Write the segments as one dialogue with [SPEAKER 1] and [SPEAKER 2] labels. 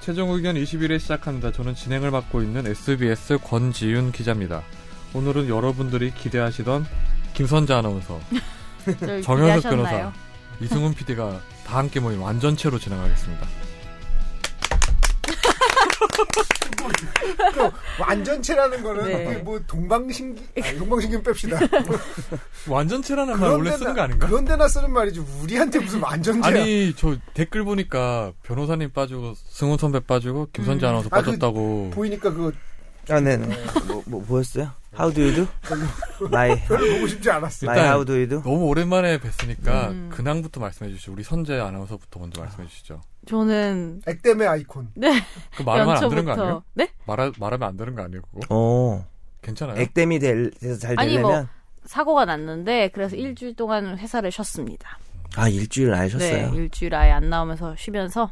[SPEAKER 1] 최종 의견 20일에 시작합니다. 저는 진행을 맡고 있는 SBS 권지윤 기자입니다. 오늘은 여러분들이 기대하시던 김선재 아나운서,
[SPEAKER 2] 저를
[SPEAKER 1] 정현석
[SPEAKER 2] 기대하셨나요?
[SPEAKER 1] 변호사, 이승훈 PD가 다 함께 모인 완전체로 진행하겠습니다.
[SPEAKER 3] 완전체라는 뭐 거는
[SPEAKER 2] 네.
[SPEAKER 3] 그게 뭐 동방신기 아, 동방신기 뺍시다.
[SPEAKER 1] 완전체라는 말 원래 쓰는 거 아닌가?
[SPEAKER 3] 그런 데나 쓰는 말이지 우리한테 무슨 완전체야.
[SPEAKER 1] 아니 저 댓글 보니까 변호사님 빠지고 승훈 선배 빠지고 김선재
[SPEAKER 2] 음.
[SPEAKER 1] 아나운서
[SPEAKER 3] 아, 그-
[SPEAKER 1] 빠졌다고
[SPEAKER 3] 보이니까 그거
[SPEAKER 4] 아, 네. 네. 뭐, 뭐 보였어요? How do you do? My,
[SPEAKER 3] 별로 보고 싶지 않았어.
[SPEAKER 4] my how do you do?
[SPEAKER 1] 너무 오랜만에 뵀으니까
[SPEAKER 2] 음.
[SPEAKER 1] 근황부터 말씀해 주시죠. 우리 선재 아나운서부터 먼저 말씀해 주시죠.
[SPEAKER 2] 저는
[SPEAKER 3] 액땜의 아이콘.
[SPEAKER 1] 그 말만 안 들은 거 아니에요?
[SPEAKER 2] 연초부터 네?
[SPEAKER 1] 말 말하면 안 되는 거 아니에요? 그거
[SPEAKER 4] 오,
[SPEAKER 1] 괜찮아요?
[SPEAKER 4] 액땜이 될, 돼서 잘
[SPEAKER 2] 아니, 뭐.
[SPEAKER 4] 되려면.
[SPEAKER 2] 사고가 났는데 그래서 일주일 동안 회사를 쉬었습니다.
[SPEAKER 4] 아, 일주일 안 하셨어요?
[SPEAKER 2] 네, 일주일 아예 안 나오면서 쉬면서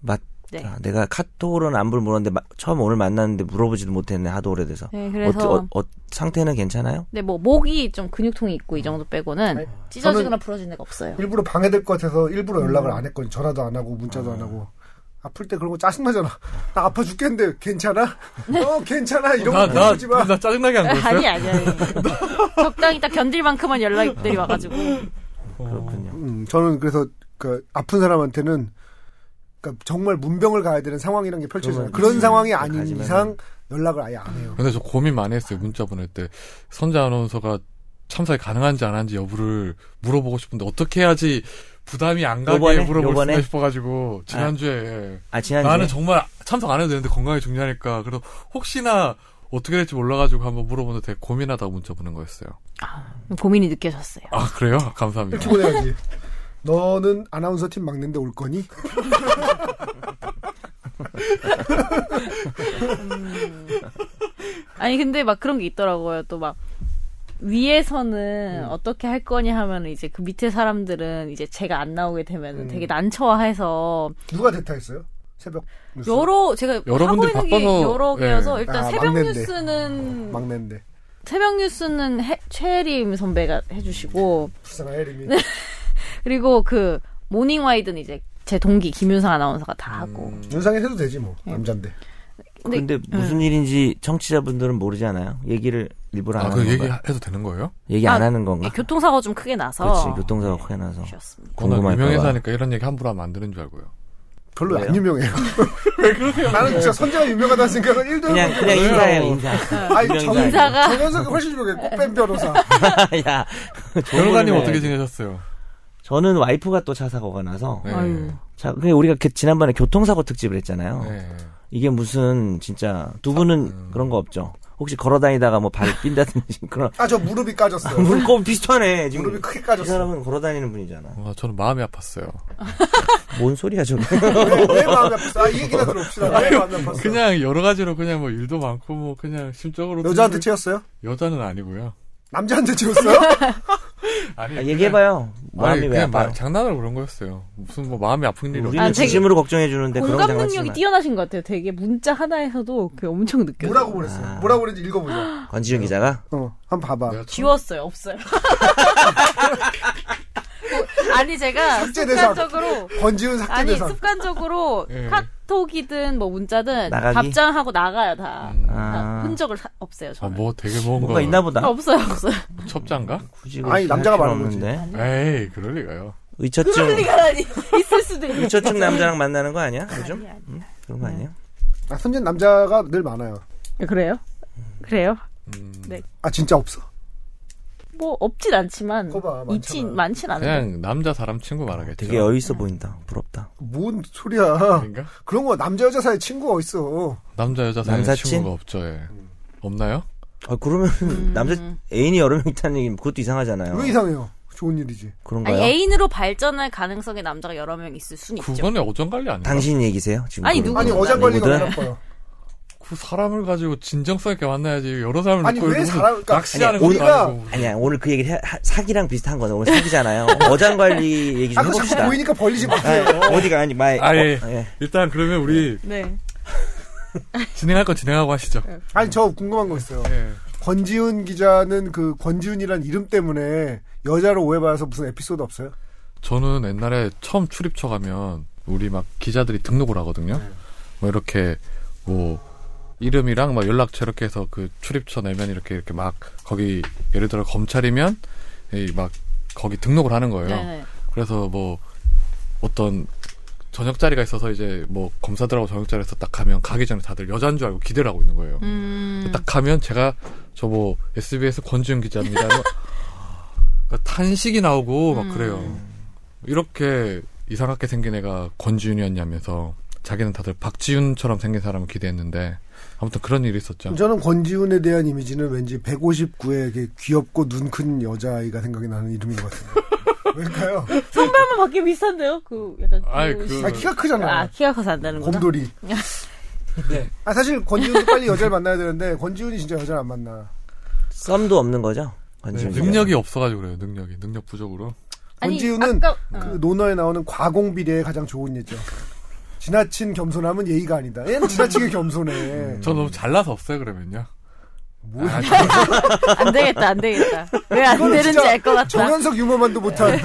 [SPEAKER 4] 맞다.
[SPEAKER 2] 네.
[SPEAKER 4] 아, 내가 카톡으로는 안부를 물었는데, 마- 처음 오늘 만났는데 물어보지도 못했네. 하도 오래돼서.
[SPEAKER 2] 네, 그래서
[SPEAKER 4] 어, 어, 어, 상태는 괜찮아요?
[SPEAKER 2] 근데 뭐 목이 좀 근육통이 있고 이 정도 빼고는
[SPEAKER 3] 아니,
[SPEAKER 2] 찢어지거나 부러진 데가 없어요.
[SPEAKER 3] 일부러 방해될 것 같아서 일부러 연락을 안 했거든. 전화도 안 하고 문자도 안 하고. 아플 때 그런 거 짜증나잖아. 나 아파 죽겠는데 괜찮아? 어 괜찮아 이런 거
[SPEAKER 1] 나나
[SPEAKER 3] 보지 마.
[SPEAKER 1] 짜증나게 한 거였어요?
[SPEAKER 2] 아니 아니 아니. 적당히 딱 견딜 만큼만 연락들이 와가지고
[SPEAKER 4] 그렇군요.
[SPEAKER 3] 음, 저는 그래서 그 아픈 사람한테는 그러니까 정말 문병을 가야 되는 상황이라는 게 펼쳐져요.
[SPEAKER 4] 그러면
[SPEAKER 3] 그런
[SPEAKER 4] 음,
[SPEAKER 3] 상황이 아닌
[SPEAKER 4] 가지면은.
[SPEAKER 3] 이상 연락을 아예 안 해요.
[SPEAKER 1] 근데 저 고민 많이 했어요. 문자 보낼 때 선재 아나운서가 참석이 가능한지 안 한지 여부를 물어보고 싶은데 어떻게 해야지 부담이 안 가게
[SPEAKER 4] 요번에?
[SPEAKER 1] 물어볼 수
[SPEAKER 4] 요번에?
[SPEAKER 1] 있나 싶어가지고 지난주에 예.
[SPEAKER 4] 아, 지난주에.
[SPEAKER 1] 나는 정말 참석 안 해도 되는데 건강이 중요하니까 그래서 혹시나 어떻게 될지 몰라가지고 한번 물어보는데 되게 고민하다가 문자 보낸 거였어요.
[SPEAKER 2] 고민이 느껴졌어요.
[SPEAKER 1] 아 그래요? 감사합니다.
[SPEAKER 3] 피곤해야지. 너는 아나운서 팀 막는데 올 거니?
[SPEAKER 2] 아니 근데 막 그런 게 있더라고요. 또 막 위에서는
[SPEAKER 1] 음.
[SPEAKER 2] 어떻게 할 거냐 하면 이제 그 밑에 사람들은 이제 제가 안 나오게
[SPEAKER 1] 음.
[SPEAKER 2] 되면 은 되게 난처해서
[SPEAKER 3] 누가 대타했어요? 새벽 뉴스
[SPEAKER 2] 여러 제가 하고
[SPEAKER 1] 여러분들이
[SPEAKER 2] 있는 게
[SPEAKER 1] 바빠서,
[SPEAKER 2] 여러 개여서
[SPEAKER 1] 예.
[SPEAKER 2] 일단
[SPEAKER 3] 아,
[SPEAKER 2] 새벽
[SPEAKER 3] 막내인데.
[SPEAKER 2] 뉴스는
[SPEAKER 3] 막내인데
[SPEAKER 2] 새벽 뉴스는 해, 최혜림 선배가 해주시고
[SPEAKER 3] 불쌍한 혜림이
[SPEAKER 2] 네. 그리고 그 모닝 와이드는 이제 제 동기 김윤상 아나운서가 다 하고
[SPEAKER 3] 연상에 해도 되지 뭐
[SPEAKER 2] 네.
[SPEAKER 3] 남잔데
[SPEAKER 2] 근데- 네.
[SPEAKER 4] 근데 무슨 일인지 청취자분들은 모르지 않아요? 얘기를 일부러 안
[SPEAKER 1] 아
[SPEAKER 4] 하는
[SPEAKER 1] 그 얘기
[SPEAKER 4] 건가?
[SPEAKER 1] 해도 되는 거예요?
[SPEAKER 4] 얘기 안
[SPEAKER 2] 아, 어.
[SPEAKER 4] 하는 건가?
[SPEAKER 2] 교통사고 좀 크게 나서
[SPEAKER 4] 그렇지, 교통사고 크게 나서.
[SPEAKER 2] 쉬었습니다.
[SPEAKER 1] 워낙
[SPEAKER 4] 궁금할까 봐.
[SPEAKER 1] 유명해서니까 이런 얘기 함부로 하면 안 되는 줄 알고요.
[SPEAKER 3] 별로
[SPEAKER 4] 왜요?
[SPEAKER 3] 안 유명해요. 나는 진짜 선재가 유명하다는 생각은 1도
[SPEAKER 4] 그냥, 그냥
[SPEAKER 1] 그래요.
[SPEAKER 4] 인사해요, 인사.
[SPEAKER 3] 아니
[SPEAKER 4] 유명인사.
[SPEAKER 3] 정,
[SPEAKER 2] 인사가.
[SPEAKER 3] 정현석이 훨씬 유명해. 꽃뱀 변호사.
[SPEAKER 4] 야, 좋은
[SPEAKER 1] 변호사님
[SPEAKER 4] 분이네.
[SPEAKER 1] 어떻게 지내셨어요?
[SPEAKER 4] 저는 와이프가 또 차 사고가 나서
[SPEAKER 1] 네.
[SPEAKER 2] 아유.
[SPEAKER 4] 자, 그게 우리가 그 지난번에 교통사고 특집을 했잖아요.
[SPEAKER 1] 네.
[SPEAKER 4] 이게 무슨 진짜 두 분은 그런 거 없죠. 혹시 걸어다니다가 뭐 발 낀다든지 그런
[SPEAKER 3] 아 저 무릎이 까졌어. 요
[SPEAKER 4] 물건 비슷하네 지금.
[SPEAKER 3] 무릎이 크게
[SPEAKER 4] 이
[SPEAKER 3] 까졌어.
[SPEAKER 4] 사람은 걸어다니는 분이잖아.
[SPEAKER 1] 아, 저는 마음이 아팠어요.
[SPEAKER 4] 뭔 소리야 저게?
[SPEAKER 3] 왜, 왜 마음이 아팠어? 아, 이 얘기나 들어봅시다. 왜 마음이 아팠어?
[SPEAKER 1] 그냥 여러 가지로 그냥 뭐 일도 많고 뭐 그냥 심적으로
[SPEAKER 3] 여자한테
[SPEAKER 1] 그냥-
[SPEAKER 3] 채웠어요?
[SPEAKER 1] 여자는 아니고요.
[SPEAKER 3] 남자한테 채웠어요?
[SPEAKER 1] 아니
[SPEAKER 4] 아, 얘기해봐요.
[SPEAKER 1] 아니,
[SPEAKER 4] 마음이 왜
[SPEAKER 1] 그냥
[SPEAKER 4] 아파?
[SPEAKER 1] 말, 장난으로 그런 거였어요. 무슨 뭐 마음이 아픈 일이
[SPEAKER 4] 우리는
[SPEAKER 2] 아, 되게
[SPEAKER 4] 진심으로 걱정해 주는데 네, 그런
[SPEAKER 2] 공감 능력이
[SPEAKER 4] 장난치면
[SPEAKER 2] 뛰어나신 것 같아요. 되게 문자 하나에서도 그게 엄청 느껴져요.
[SPEAKER 3] 뭐라고 보냈어요? 뭐라고 보냈는지
[SPEAKER 2] 아.
[SPEAKER 3] 읽어보자.
[SPEAKER 4] 권지윤 기자가
[SPEAKER 3] 어, 한번 봐봐.
[SPEAKER 2] 지웠어요. 없어요. 뭐, 아니 제가
[SPEAKER 3] 삭제 대상.
[SPEAKER 2] 습관적으로
[SPEAKER 3] 권지훈 삭제
[SPEAKER 2] 아니
[SPEAKER 3] 대상.
[SPEAKER 2] 습관적으로
[SPEAKER 1] 예.
[SPEAKER 2] 카톡이든 뭐 문자든
[SPEAKER 4] 나가기?
[SPEAKER 2] 답장하고 나가요 다.
[SPEAKER 1] 음.
[SPEAKER 2] 다
[SPEAKER 4] 아,
[SPEAKER 2] 흔적을 사- 없어요.
[SPEAKER 1] 아,
[SPEAKER 2] 저는.
[SPEAKER 1] 뭐 되게 뭔가
[SPEAKER 4] 뭔가 있나 보다.
[SPEAKER 2] 없어요, 없어요.
[SPEAKER 1] 첩장가?
[SPEAKER 4] 굳이
[SPEAKER 3] 아니,
[SPEAKER 4] 그렇게
[SPEAKER 3] 남자가
[SPEAKER 4] 할 필요
[SPEAKER 3] 말하는 거지.
[SPEAKER 4] 없는데.
[SPEAKER 1] 에이 그럴 리가요.
[SPEAKER 2] 그럴
[SPEAKER 4] 의처증
[SPEAKER 2] 리가라니. 있을 수도 있는.
[SPEAKER 4] 의처증 남자랑 만나는 거 아니야? 요즘 응? 그런 거 아니야?
[SPEAKER 3] 아, 선재 남자가 늘 많아요.
[SPEAKER 2] 그래요? 그래요?
[SPEAKER 1] 음,
[SPEAKER 2] 네.
[SPEAKER 3] 아, 진짜 없어.
[SPEAKER 2] 뭐 없진 않지만
[SPEAKER 3] 그거 봐, 많잖아.
[SPEAKER 2] 있진 많진 않아요.
[SPEAKER 1] 그냥 남자 사람 친구 말하겠죠.
[SPEAKER 4] 되게 여유 있어 보인다. 부럽다.
[SPEAKER 3] 뭔 소리야.
[SPEAKER 1] 아닌가?
[SPEAKER 3] 그런 거 남자 여자 사이 친구가 어딨어.
[SPEAKER 1] 남자 여자 사이
[SPEAKER 4] 남사친?
[SPEAKER 1] 친구가 없죠. 예. 없나요?
[SPEAKER 4] 아 그러면
[SPEAKER 2] 음.
[SPEAKER 4] 남자 애인이 여러 명 있다는 얘기 그것도 이상하잖아요.
[SPEAKER 3] 왜 이상해요? 좋은 일이지.
[SPEAKER 4] 그런가요?
[SPEAKER 2] 아니 애인으로 발전할 가능성의 남자가 여러 명 있을 순 있죠.
[SPEAKER 1] 그거는 어정 관리 아닌가?
[SPEAKER 4] 당신 얘기세요? 지금
[SPEAKER 2] 아니,
[SPEAKER 4] 그런
[SPEAKER 2] 누구-
[SPEAKER 3] 아니
[SPEAKER 4] 거?
[SPEAKER 3] 어장 관리가
[SPEAKER 4] 아니거든?
[SPEAKER 3] 왜나빠요
[SPEAKER 1] 그 사람을 가지고 진정성 있게 만나야지. 여러 사람을
[SPEAKER 3] 아니,
[SPEAKER 1] 놓고
[SPEAKER 3] 왜
[SPEAKER 1] 무슨
[SPEAKER 3] 사람- 그러니까-
[SPEAKER 1] 낚시하는
[SPEAKER 3] 아니,
[SPEAKER 1] 것도
[SPEAKER 3] 우리가-
[SPEAKER 1] 아니고.
[SPEAKER 4] 아니야 오늘 그 얘기를 해- 하- 사기랑 비슷한 거네. 오늘 사기잖아요. 어장 관리 얘기 좀
[SPEAKER 3] 아까 자꾸
[SPEAKER 4] 해봅시다.
[SPEAKER 3] 보이니까 벌리지
[SPEAKER 4] 아,
[SPEAKER 3] 마세요.
[SPEAKER 4] 어디가 아니 마이.
[SPEAKER 1] 아, 예.
[SPEAKER 4] 어,
[SPEAKER 1] 일단 그러면 우리
[SPEAKER 2] 네.
[SPEAKER 1] 진행할 건 진행하고 하시죠.
[SPEAKER 3] 아니 저 궁금한 거 있어요.
[SPEAKER 1] 예.
[SPEAKER 3] 권지훈 기자는 그 권지훈이란 이름 때문에 여자로 오해받아서 무슨 에피소드 없어요?
[SPEAKER 1] 저는 옛날에 처음 출입처 가면 우리 막 기자들이 등록을 하거든요. 뭐 이렇게 뭐 이름이랑 막 연락처 이렇게 해서 그 출입처 내면 이렇게 이렇게 막 거기 예를 들어 검찰이면 이 막 거기 등록을 하는 거예요.
[SPEAKER 2] 네.
[SPEAKER 1] 그래서 뭐 어떤 저녁 자리가 있어서 이제 뭐 검사들하고 저녁 자리에서 딱 가면 가기 전에 다들 여잔 줄 알고 기대를 하고 있는 거예요.
[SPEAKER 2] 음.
[SPEAKER 1] 딱 가면 제가 저 뭐 SBS 권지윤 기자입니다. 뭐 그러니까 탄식이 나오고 막
[SPEAKER 2] 음.
[SPEAKER 1] 그래요. 이렇게 이상하게 생긴 애가 권지윤이었냐면서 자기는 다들 박지윤처럼 생긴 사람을 기대했는데 아무튼 그런 일이
[SPEAKER 4] 네.
[SPEAKER 1] 있었죠.
[SPEAKER 3] 저는 권지훈에 대한 이미지는 왠지 159에 귀엽고 눈 큰 여자아이가 생각이 나는 이름인 것 같아요. 왜일까요?
[SPEAKER 2] 성함은 밖에 비슷한데요? 그 약간 그
[SPEAKER 1] 아이, 그-
[SPEAKER 3] 아, 키가
[SPEAKER 2] 아,
[SPEAKER 3] 크잖아요.
[SPEAKER 2] 키가 커서 안 되는 구나
[SPEAKER 3] 곰돌이.
[SPEAKER 4] 네.
[SPEAKER 3] 아, 사실 권지훈도 빨리 여자를 만나야 되는데 권지훈이 진짜 여자를 안 만나.
[SPEAKER 4] 썸도 없는 거죠?
[SPEAKER 1] 네,
[SPEAKER 4] 관심
[SPEAKER 1] 능력이 없어가지고 그래요. 능력이 능력 부족으로.
[SPEAKER 3] 권지훈은
[SPEAKER 2] 아까, 어.
[SPEAKER 3] 그 논어에 나오는 과공비례의 가장 좋은 예죠. 지나친 겸손함은 예의가 아니다. 얘는 지나치게
[SPEAKER 4] 음.
[SPEAKER 3] 겸손해.
[SPEAKER 1] 저 너무 잘나서 없어요 그러면요.
[SPEAKER 3] 뭐야.
[SPEAKER 1] 아,
[SPEAKER 2] 안 되겠다, 안 되겠다. 왜 안
[SPEAKER 3] 이거는
[SPEAKER 2] 되는지
[SPEAKER 3] 진짜
[SPEAKER 2] 알 것 같다.
[SPEAKER 3] 정현석 유머만도 못한.
[SPEAKER 4] 네.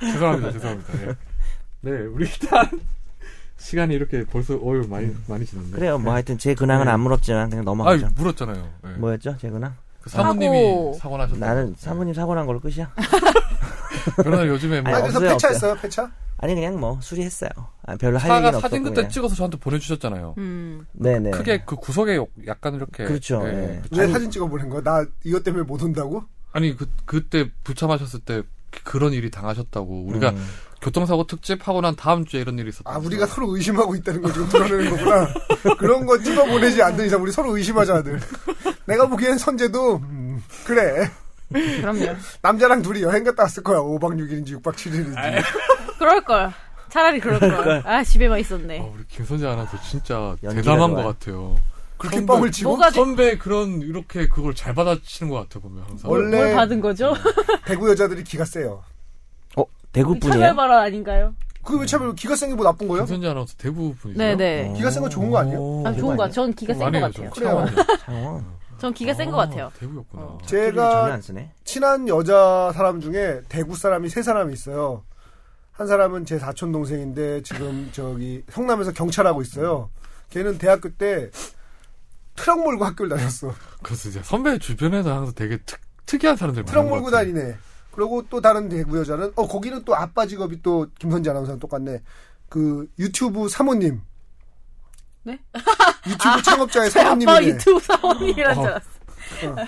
[SPEAKER 1] 죄송합니다, 죄송합니다. 예. 네, 우리 일단 시간이 이렇게 벌써 어유 많이 많이 지났네.
[SPEAKER 4] 그래요. 뭐 하여튼 제 근황은
[SPEAKER 1] 네.
[SPEAKER 4] 안 물었지만 그냥
[SPEAKER 1] 아,
[SPEAKER 4] 넘어가죠.
[SPEAKER 1] 물었잖아요. 예.
[SPEAKER 4] 뭐였죠? 제 근황?
[SPEAKER 1] 그 사모님이
[SPEAKER 2] 사고.
[SPEAKER 1] 사고 나셨다.
[SPEAKER 4] 나는 사모님 사고 난 걸로 끝이야.
[SPEAKER 1] 그러나 요즘에 뭐
[SPEAKER 3] 아,
[SPEAKER 4] 아니,
[SPEAKER 3] 그래서
[SPEAKER 4] 없어요,
[SPEAKER 3] 폐차했어요, 폐차?
[SPEAKER 4] 아니 그냥 뭐 수리했어요. 아, 별로 할
[SPEAKER 1] 차가
[SPEAKER 4] 얘기는 없었고 예.
[SPEAKER 1] 사진 그때
[SPEAKER 4] 그냥.
[SPEAKER 1] 찍어서 저한테 보내주셨잖아요.
[SPEAKER 2] 음.
[SPEAKER 4] 네네.
[SPEAKER 1] 크게 그 구석에 약간 이렇게
[SPEAKER 4] 그렇죠.
[SPEAKER 1] 예.
[SPEAKER 4] 네.
[SPEAKER 3] 왜 사진 찍어보낸 거야? 나 이것 때문에 못 온다고?
[SPEAKER 1] 아니 그 그때 부참하셨을 때 그런 일이 당하셨다고 우리가
[SPEAKER 4] 음.
[SPEAKER 1] 교통사고 특집 하고 난 다음 주에 이런 일이 있었다.
[SPEAKER 3] 아, 우리가 서로 의심하고 있다는 걸 지금 드러내는 거구나. 그런 거 찍어 보내지 않는 이상 우리 서로 의심하자, 들 내가 보기엔 선재도, 음, 그래.
[SPEAKER 2] 그럼요.
[SPEAKER 3] 남자랑 둘이 여행 갔다 왔을 거야. 5박 6일인지 6박 7일인지.
[SPEAKER 2] 그럴걸. 차라리 그럴걸. 아, 집에만 있었네.
[SPEAKER 1] 우리 김선재 아나운서 진짜
[SPEAKER 4] 연기가
[SPEAKER 1] 대담한
[SPEAKER 4] 좋아요.
[SPEAKER 1] 것 같아요.
[SPEAKER 3] 그렇게
[SPEAKER 1] 선배-
[SPEAKER 3] 뻥을 치고.
[SPEAKER 2] 뭐가
[SPEAKER 1] 선배 그런 이렇게 그걸 잘 받아치는 것 같아 보면 항상.
[SPEAKER 3] 원래
[SPEAKER 2] 뭘 받은 거죠?
[SPEAKER 3] 대구 여자들이 기가 세요.
[SPEAKER 4] 어 대구 분이에요?
[SPEAKER 2] 차별 발언 아닌가요?
[SPEAKER 3] 그게 왜 차별, 기가 센 게 뭐 나쁜 거예요?
[SPEAKER 1] 김선재 아나운서 대부 분이세요.
[SPEAKER 2] 네네.
[SPEAKER 4] 어.
[SPEAKER 3] 기가 센 거 좋은 거 아니에요?
[SPEAKER 2] 아,
[SPEAKER 4] 대구
[SPEAKER 2] 좋은 거
[SPEAKER 4] 아니에요?
[SPEAKER 2] 같아요. 전 기가 센 것
[SPEAKER 1] 아니에요,
[SPEAKER 2] 같아요.
[SPEAKER 1] 저
[SPEAKER 3] 그래요.
[SPEAKER 1] 창원이요.
[SPEAKER 4] 창원.
[SPEAKER 2] 전 기가 센 것
[SPEAKER 1] 아,
[SPEAKER 2] 같아요.
[SPEAKER 1] 대구였구나.
[SPEAKER 2] 어.
[SPEAKER 4] 어,
[SPEAKER 1] 아,
[SPEAKER 4] 전혀 안
[SPEAKER 3] 제가
[SPEAKER 4] 쓰네.
[SPEAKER 3] 친한 여자 사람 중에 대구 사람이 세 사람이 있어요. 한 사람은 제 사촌 동생인데 지금 저기 성남에서 경찰하고 있어요. 걔는 대학교 때 트럭 몰고 학교를
[SPEAKER 1] 아,
[SPEAKER 3] 다녔어.
[SPEAKER 1] 그래서 이제 선배 주변에서 항상 되게 특, 특이한 사람들
[SPEAKER 3] 트럭
[SPEAKER 1] 많은 것
[SPEAKER 3] 몰고
[SPEAKER 1] 같아요.
[SPEAKER 3] 다니네. 그리고 또 다른 대구 여자는 어 거기는 또 아빠 직업이 또 김선재 아나운서랑 똑같네. 그 유튜브 사모님.
[SPEAKER 2] 네?
[SPEAKER 3] 유튜브 창업자의
[SPEAKER 2] 저희 아빠
[SPEAKER 3] 사모님이네.
[SPEAKER 2] 유튜브 사원이란 줄
[SPEAKER 1] 어.
[SPEAKER 2] 알았어.